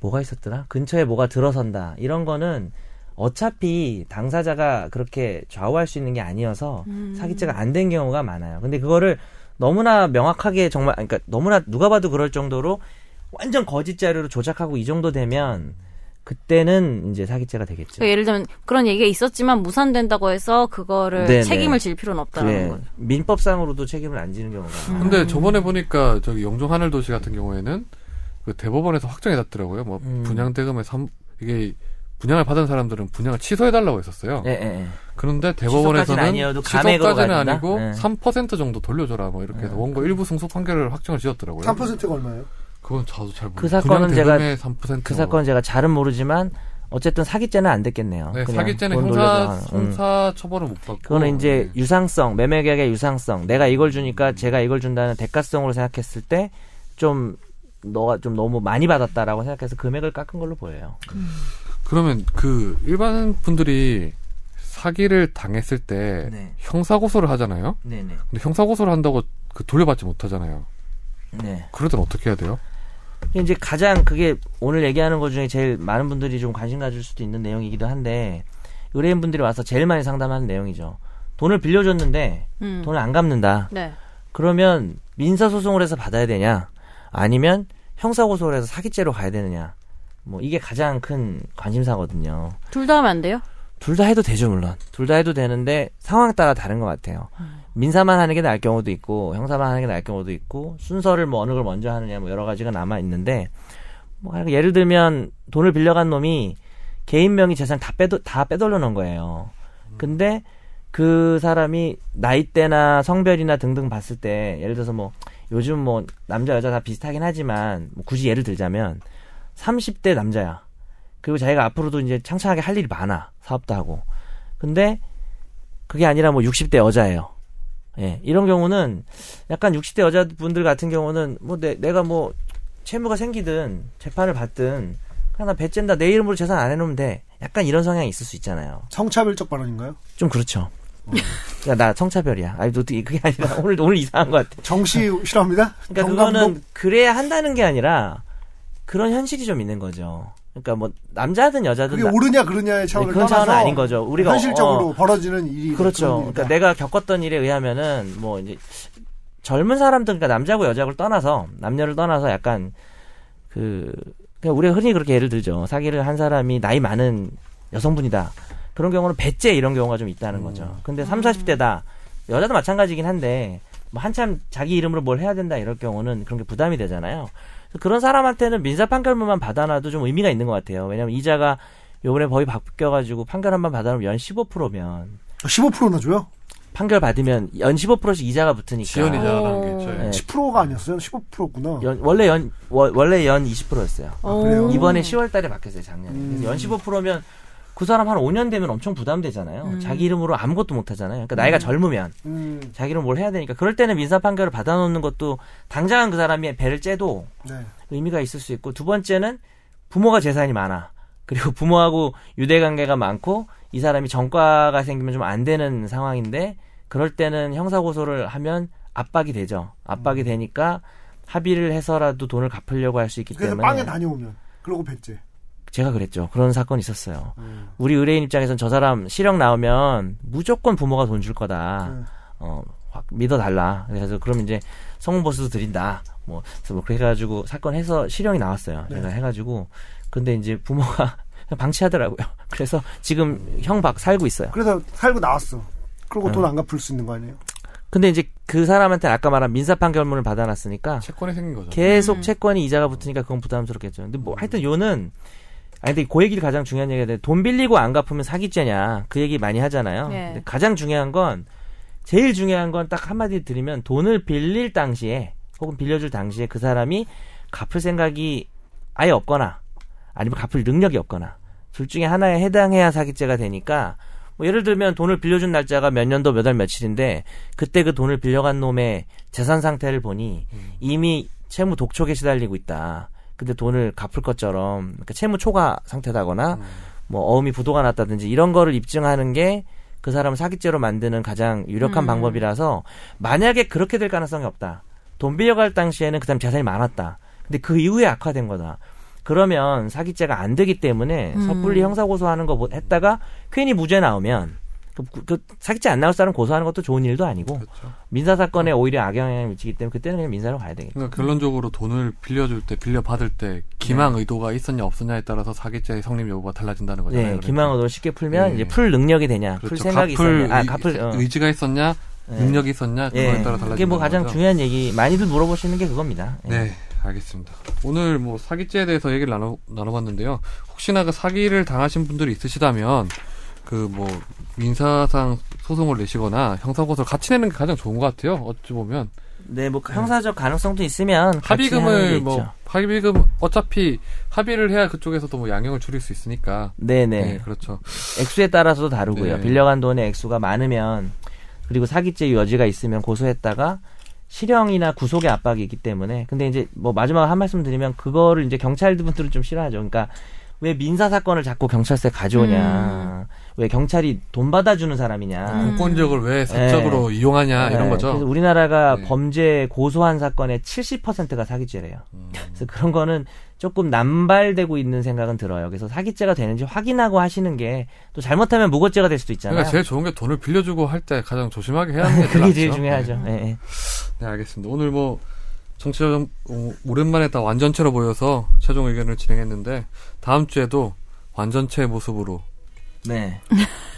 [SPEAKER 4] 뭐가 있었더라? 근처에 뭐가 들어선다 이런 거는 어차피 당사자가 그렇게 좌우할 수 있는 게 아니어서
[SPEAKER 2] 음.
[SPEAKER 4] 사기죄가 안 된 경우가 많아요. 근데 그거를 너무나 명확하게 정말 아니, 그러니까 너무나 누가 봐도 그럴 정도로 완전 거짓 자료로 조작하고 이 정도 되면 그때는 이제 사기죄가 되겠죠.
[SPEAKER 2] 그러니까 예를 들면 그런 얘기가 있었지만 무산된다고 해서 그거를
[SPEAKER 4] 네네.
[SPEAKER 2] 책임을 질 필요는 없다는
[SPEAKER 4] 그래.
[SPEAKER 2] 거죠.
[SPEAKER 4] 민법상으로도 책임을 안 지는 경우가 많아요.
[SPEAKER 1] 그렇죠. 근데 저번에 보니까 저기 영종 하늘도시 같은 경우에는 그 대법원에서 확정해 놨더라고요. 뭐
[SPEAKER 4] 음.
[SPEAKER 1] 분양 대금의 삼 이게 분양을 받은 사람들은 분양을 취소해 달라고 했었어요.
[SPEAKER 4] 예, 예, 예.
[SPEAKER 1] 그런데
[SPEAKER 4] 취소까지는
[SPEAKER 1] 대법원에서는
[SPEAKER 4] 아니어도 감액으로
[SPEAKER 1] 취소까지는
[SPEAKER 4] 가야 된다?
[SPEAKER 1] 아니고
[SPEAKER 4] 네.
[SPEAKER 1] 3% 정도 돌려줘라 뭐 이렇게 해서 원고 일부 승소 판결을 확정을 지었더라고요.
[SPEAKER 3] 3%가 얼마예요?
[SPEAKER 1] 그건 저도 잘 모르겠어요.
[SPEAKER 4] 그 사건은 제가- 그
[SPEAKER 1] 그
[SPEAKER 4] 사건 제가 잘은 모르지만 어쨌든 사기죄는 안 됐겠네요.
[SPEAKER 1] 네,
[SPEAKER 4] 그냥
[SPEAKER 1] 사기죄는
[SPEAKER 4] 돈
[SPEAKER 1] 형사
[SPEAKER 4] 돌려서 하는. 음.
[SPEAKER 1] 형사 처벌을 못 받고
[SPEAKER 4] 그거는 이제
[SPEAKER 1] 네.
[SPEAKER 4] 유상성 매매계약의 유상성 내가 이걸 주니까 제가 이걸 준다는 대가성으로 생각했을 때 좀 너가 좀 너무 많이 받았다라고 생각해서 금액을 깎은 걸로 보여요.
[SPEAKER 1] 그러면 그 일반 분들이 사기를 당했을 때
[SPEAKER 4] 네.
[SPEAKER 1] 형사 고소를 하잖아요.
[SPEAKER 4] 네네.
[SPEAKER 1] 근데 형사 고소를 한다고 그 돌려받지 못하잖아요.
[SPEAKER 4] 네.
[SPEAKER 1] 그럴 땐 어떻게 해야 돼요?
[SPEAKER 4] 이게 이제 가장 그게 오늘 얘기하는 것 중에 제일 많은 분들이 좀 관심 가질 수도 있는 내용이기도 한데 의뢰인분들이 와서 제일 많이 상담하는 내용이죠. 돈을 빌려줬는데
[SPEAKER 2] 음.
[SPEAKER 4] 돈을 안 갚는다.
[SPEAKER 2] 네.
[SPEAKER 4] 그러면 민사소송을 해서 받아야 되냐 아니면 형사고소를 해서 사기죄로 가야 되느냐 뭐 이게 가장 큰 관심사거든요
[SPEAKER 2] 둘 다 하면 안 돼요?
[SPEAKER 4] 둘 다 해도 되죠 물론 둘 다 해도 되는데 상황에 따라 다른 것 같아요 민사만 하는 게 나을 경우도 있고 형사만 하는 게 나을 경우도 있고 순서를 뭐 어느 걸 먼저 하느냐 뭐 여러 가지가 남아 있는데 뭐 하여간 예를 들면 돈을 빌려간 놈이 개인 명의 재산 다 빼도 다 빼돌려 놓은 거예요 근데 그 사람이 나이대나 성별이나 등등 봤을 때 예를 들어서 뭐 요즘 뭐 남자 여자 다 비슷하긴 하지만 뭐 굳이 예를 들자면 30대 남자야. 그리고 자기가 앞으로도 이제 창창하게 할 일이 많아. 사업도 하고. 근데 그게 아니라 뭐 60대 여자예요. 예. 이런 경우는 약간 60대 여자분들 같은 경우는 뭐 내, 내가 뭐 채무가 생기든 재판을 받든 그냥 나 배쨘다. 내 이름으로 재산 안 해놓으면 돼. 약간 이런 성향이 있을 수 있잖아요.
[SPEAKER 3] 성차별적 발언인가요?
[SPEAKER 4] 좀 그렇죠. 야, 나 성차별이야. 아니, 너 어떻게 그게 아니라 오늘, 오늘 이상한 것 같아.
[SPEAKER 3] 정시 싫어합니다.
[SPEAKER 4] 그러니까
[SPEAKER 3] 경감독? 뭐-
[SPEAKER 4] 그거는 그래야 한다는 게 아니라 그런 현실이 좀 있는 거죠. 그러니까 뭐 남자든 여자든
[SPEAKER 3] 그게
[SPEAKER 4] 나-
[SPEAKER 3] 옳으냐 그르냐의 차원을
[SPEAKER 4] 그러니까 네, 그건
[SPEAKER 3] 떠나서
[SPEAKER 4] 차원은 아닌 거죠. 우리가
[SPEAKER 3] 현실적으로
[SPEAKER 4] 어,
[SPEAKER 3] 벌어지는 일이 뭐
[SPEAKER 4] 그렇죠.
[SPEAKER 3] 그런 일이다.
[SPEAKER 4] 그러니까 내가 겪었던 일에 의하면은 뭐 이제 젊은 사람들 그러니까 남자고 여자고를 떠나서 남녀를 떠나서 약간 그 그냥 우리가 흔히 그렇게 예를 들죠. 사기를 한 사람이 나이 많은 여성분이다. 그런 경우는 배째 이런 경우가 좀 있다는
[SPEAKER 3] 음.
[SPEAKER 4] 거죠. 근데 3, 40대다. 여자도 마찬가지긴 한데 뭐 한참 자기 이름으로 뭘 해야 된다 이럴 경우는 그런 게 부담이 되잖아요. 그래서 그런 사람한테는 민사 판결문만 받아놔도 좀 의미가 있는 것 같아요. 왜냐면 이자가 요번에 법이 바뀌어가지고 판결 한 번 받아놓으면 연 15%면
[SPEAKER 3] 15%나 줘요?
[SPEAKER 4] 판결 받으면 연 15%씩 이자가 붙으니까.
[SPEAKER 1] 지연이자라는 게
[SPEAKER 2] 어.
[SPEAKER 1] 있죠.
[SPEAKER 4] 그러니까. 네.
[SPEAKER 3] 10%가 아니었어요? 15%구나.
[SPEAKER 4] 연- 원래 연 원- 원래 연 20%였어요.
[SPEAKER 3] 아,
[SPEAKER 1] 음.
[SPEAKER 3] 그래요?
[SPEAKER 4] 이번에 10월 달에 바뀌었어요, 작년에. 그래서 연 15%면 그 사람 한 5년 되면 엄청 부담되잖아요.
[SPEAKER 1] 음.
[SPEAKER 4] 자기 이름으로 아무것도 못 하잖아요. 그러니까 나이가 젊으면
[SPEAKER 3] 음,
[SPEAKER 4] 자기 이름 뭘 해야 되니까 그럴 때는 민사 판결을 받아 놓는 것도 당장은 그 사람이 배를 째도
[SPEAKER 3] 네.
[SPEAKER 4] 의미가 있을 수 있고 두 번째는 부모가 재산이 많아. 그리고 부모하고 유대 관계가 많고 이 사람이 전과가 생기면 좀 안 되는 상황인데 그럴 때는 형사 고소를 하면 압박이 되죠.
[SPEAKER 3] 음.
[SPEAKER 4] 압박이 되니까 합의를 해서라도 돈을 갚으려고 할 수 있기
[SPEAKER 3] 그래서
[SPEAKER 4] 때문에
[SPEAKER 3] 빵에 다녀오면. 그러고 뱉지.
[SPEAKER 4] 제가 그랬죠. 그런 사건이 있었어요. 우리 의뢰인 입장에선 저 사람 실형 나오면 무조건 부모가 돈 줄 거다.
[SPEAKER 3] 음.
[SPEAKER 4] 어, 확 믿어달라. 그래서 그럼 이제 성공보수도 드린다. 뭐, 그래서 뭐 그렇게 해가지고 사건 해서 실형이 나왔어요. 제가 해가지고. 근데 이제 부모가 그냥 방치하더라고요. 그래서 지금 형 밖 살고 있어요.
[SPEAKER 3] 그래서 살고 나왔어.
[SPEAKER 4] 네.
[SPEAKER 3] 그러고 돈 안 갚을 수 있는 거 아니에요?
[SPEAKER 4] 근데 이제 그 사람한테는 아까 말한 민사 판결문을 받아놨으니까
[SPEAKER 1] 채권이 생긴 거죠.
[SPEAKER 4] 계속 채권이 이자가 붙으니까 그건 부담스럽겠죠. 근데 뭐 하여튼 요는 아니 근데 그 얘기를 가장 중요한 얘기가 돼. 돈 빌리고 안 갚으면 사기죄냐. 그 얘기 많이 하잖아요.
[SPEAKER 2] 네.
[SPEAKER 4] 근데 가장 중요한 건 제일 중요한 건 딱 한마디 드리면 돈을 빌릴 당시에 혹은 빌려줄 당시에 그 사람이 갚을 생각이 아예 없거나 아니면 갚을 능력이 없거나 둘 중에 하나에 해당해야 사기죄가 되니까 뭐 예를 들면 돈을 빌려준 날짜가 몇 년도 몇 월 며칠인데 그때 그 돈을 빌려간 놈의 재산 상태를 보니 이미 채무 독촉에 시달리고 있다. 근데 돈을 갚을 것처럼 그러니까 채무 초과 상태다거나 뭐 어음이 부도가 났다든지 이런 거를 입증하는 게 그 사람을 사기죄로 만드는 가장 유력한
[SPEAKER 2] 음.
[SPEAKER 4] 방법이라서 만약에 그렇게 될 가능성이 없다. 돈 빌려갈 당시에는 그 사람 재산이 많았다. 근데 그 이후에 악화된 거다. 그러면 사기죄가 안 되기 때문에
[SPEAKER 2] 음.
[SPEAKER 4] 섣불리 형사고소하는 거 보- 했다가 괜히 무죄 나오면 그, 그 사기죄 안 나올 사람 고소하는 것도 좋은 일도 아니고
[SPEAKER 1] 그렇죠.
[SPEAKER 4] 민사 사건에 오히려 악영향을 미치기 때문에 그때는 그냥 민사로 가야 되겠죠.
[SPEAKER 1] 그러니까 결론적으로 돈을 빌려줄 때, 빌려받을 때 기망
[SPEAKER 4] 네.
[SPEAKER 1] 의도가 있었냐 없었냐에 따라서 사기죄의 성립 여부가 달라진다는
[SPEAKER 4] 예,
[SPEAKER 1] 거잖아요. 그러니까.
[SPEAKER 4] 기망으로 쉽게 풀면
[SPEAKER 1] 예.
[SPEAKER 4] 이제 풀 능력이 되냐, 풀
[SPEAKER 1] 그렇죠.
[SPEAKER 4] 생각이
[SPEAKER 1] 갚을
[SPEAKER 4] 있었냐, 아
[SPEAKER 1] 의-
[SPEAKER 4] 갚을 어.
[SPEAKER 1] 의지가 있었냐,
[SPEAKER 4] 예.
[SPEAKER 1] 능력이 있었냐 그거에
[SPEAKER 4] 예.
[SPEAKER 1] 따라 달라진다.
[SPEAKER 4] 그게 뭐 가장 중요한 얘기 많이들 물어보시는 게 그겁니다. 예.
[SPEAKER 1] 네, 알겠습니다. 오늘 뭐 사기죄에 대해서 얘기를 나눠 나눠봤는데요. 혹시나 그 사기를 당하신 분들이 있으시다면 그 뭐 민사상 소송을 내시거나 형사고소를 같이 내는 게 가장 좋은 것 같아요. 어찌 보면
[SPEAKER 4] 네, 뭐 형사적 가능성도 있으면 같이 하는 게
[SPEAKER 1] 합의금을 뭐
[SPEAKER 4] 있죠.
[SPEAKER 1] 합의금 어차피 합의를 해야 그쪽에서도 뭐 양형을 줄일 수 있으니까.
[SPEAKER 4] 네,
[SPEAKER 1] 네,
[SPEAKER 4] 네.
[SPEAKER 1] 그렇죠.
[SPEAKER 4] 액수에 따라서도 다르고요.
[SPEAKER 1] 네.
[SPEAKER 4] 빌려간 돈의 액수가 많으면 그리고 사기죄 여지가 있으면 고소했다가 실형이나 구속의 압박이 있기 때문에 근데 이제 뭐 마지막 한 말씀 드리면 그거를 이제 경찰분들은 좀 싫어하죠. 그러니까 왜 민사 사건을 자꾸 경찰서에 가져오냐, 왜 경찰이 돈 받아주는 사람이냐,
[SPEAKER 1] 공권력을 왜 사적으로 이용하냐 아, 이런
[SPEAKER 4] 음. 네,
[SPEAKER 1] 거죠.
[SPEAKER 4] 그래서 우리나라가
[SPEAKER 1] 네.
[SPEAKER 4] 범죄 고소한 사건의 70%가 사기죄래요.
[SPEAKER 1] 음.
[SPEAKER 4] 그래서 그런 거는 조금 남발되고 있는 생각은 들어요. 그래서 사기죄가 되는지 확인하고 하시는 게 또 잘못하면 무고죄가 될 수도 있잖아요.
[SPEAKER 1] 그러니까 제일 좋은 게 돈을 빌려주고 할 때 가장 조심하게 해야 하는 게
[SPEAKER 4] 그게 제일
[SPEAKER 1] 낫죠.
[SPEAKER 4] 중요하죠. 예, 예.
[SPEAKER 1] 네, 알겠습니다. 오늘 뭐 정치자 좀 어, 오랜만에 다 완전체로 보여서 최종 의견을 진행했는데 다음 주에도 완전체의 모습으로
[SPEAKER 4] 네.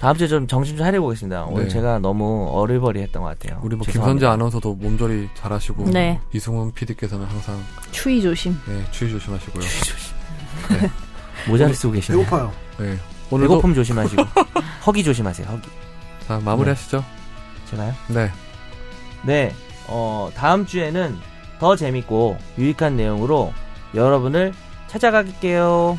[SPEAKER 4] 다음 주에 좀 정신 좀 차려 보겠습니다. 오늘
[SPEAKER 1] 네.
[SPEAKER 4] 제가 너무 어리버리했던 것 같아요.
[SPEAKER 1] 우리 뭐
[SPEAKER 4] 죄송합니다.
[SPEAKER 1] 김선재 아나운서도 몸조리 잘하시고
[SPEAKER 2] 네.
[SPEAKER 1] 이승훈 PD께서는 항상
[SPEAKER 2] 추위 조심.
[SPEAKER 1] 네, 주의 조심하시고요.
[SPEAKER 4] 모자를 쓰고 계시네요.
[SPEAKER 3] 배고파요.
[SPEAKER 1] 네, 오늘도
[SPEAKER 4] 배고픔 조심하시고 허기 조심하세요. 허기.
[SPEAKER 1] 자 마무리하시죠.
[SPEAKER 4] 제가요?
[SPEAKER 1] 네,
[SPEAKER 4] 네, 어, 다음 주에는 더 재밌고 유익한 내용으로 여러분을 찾아가게요.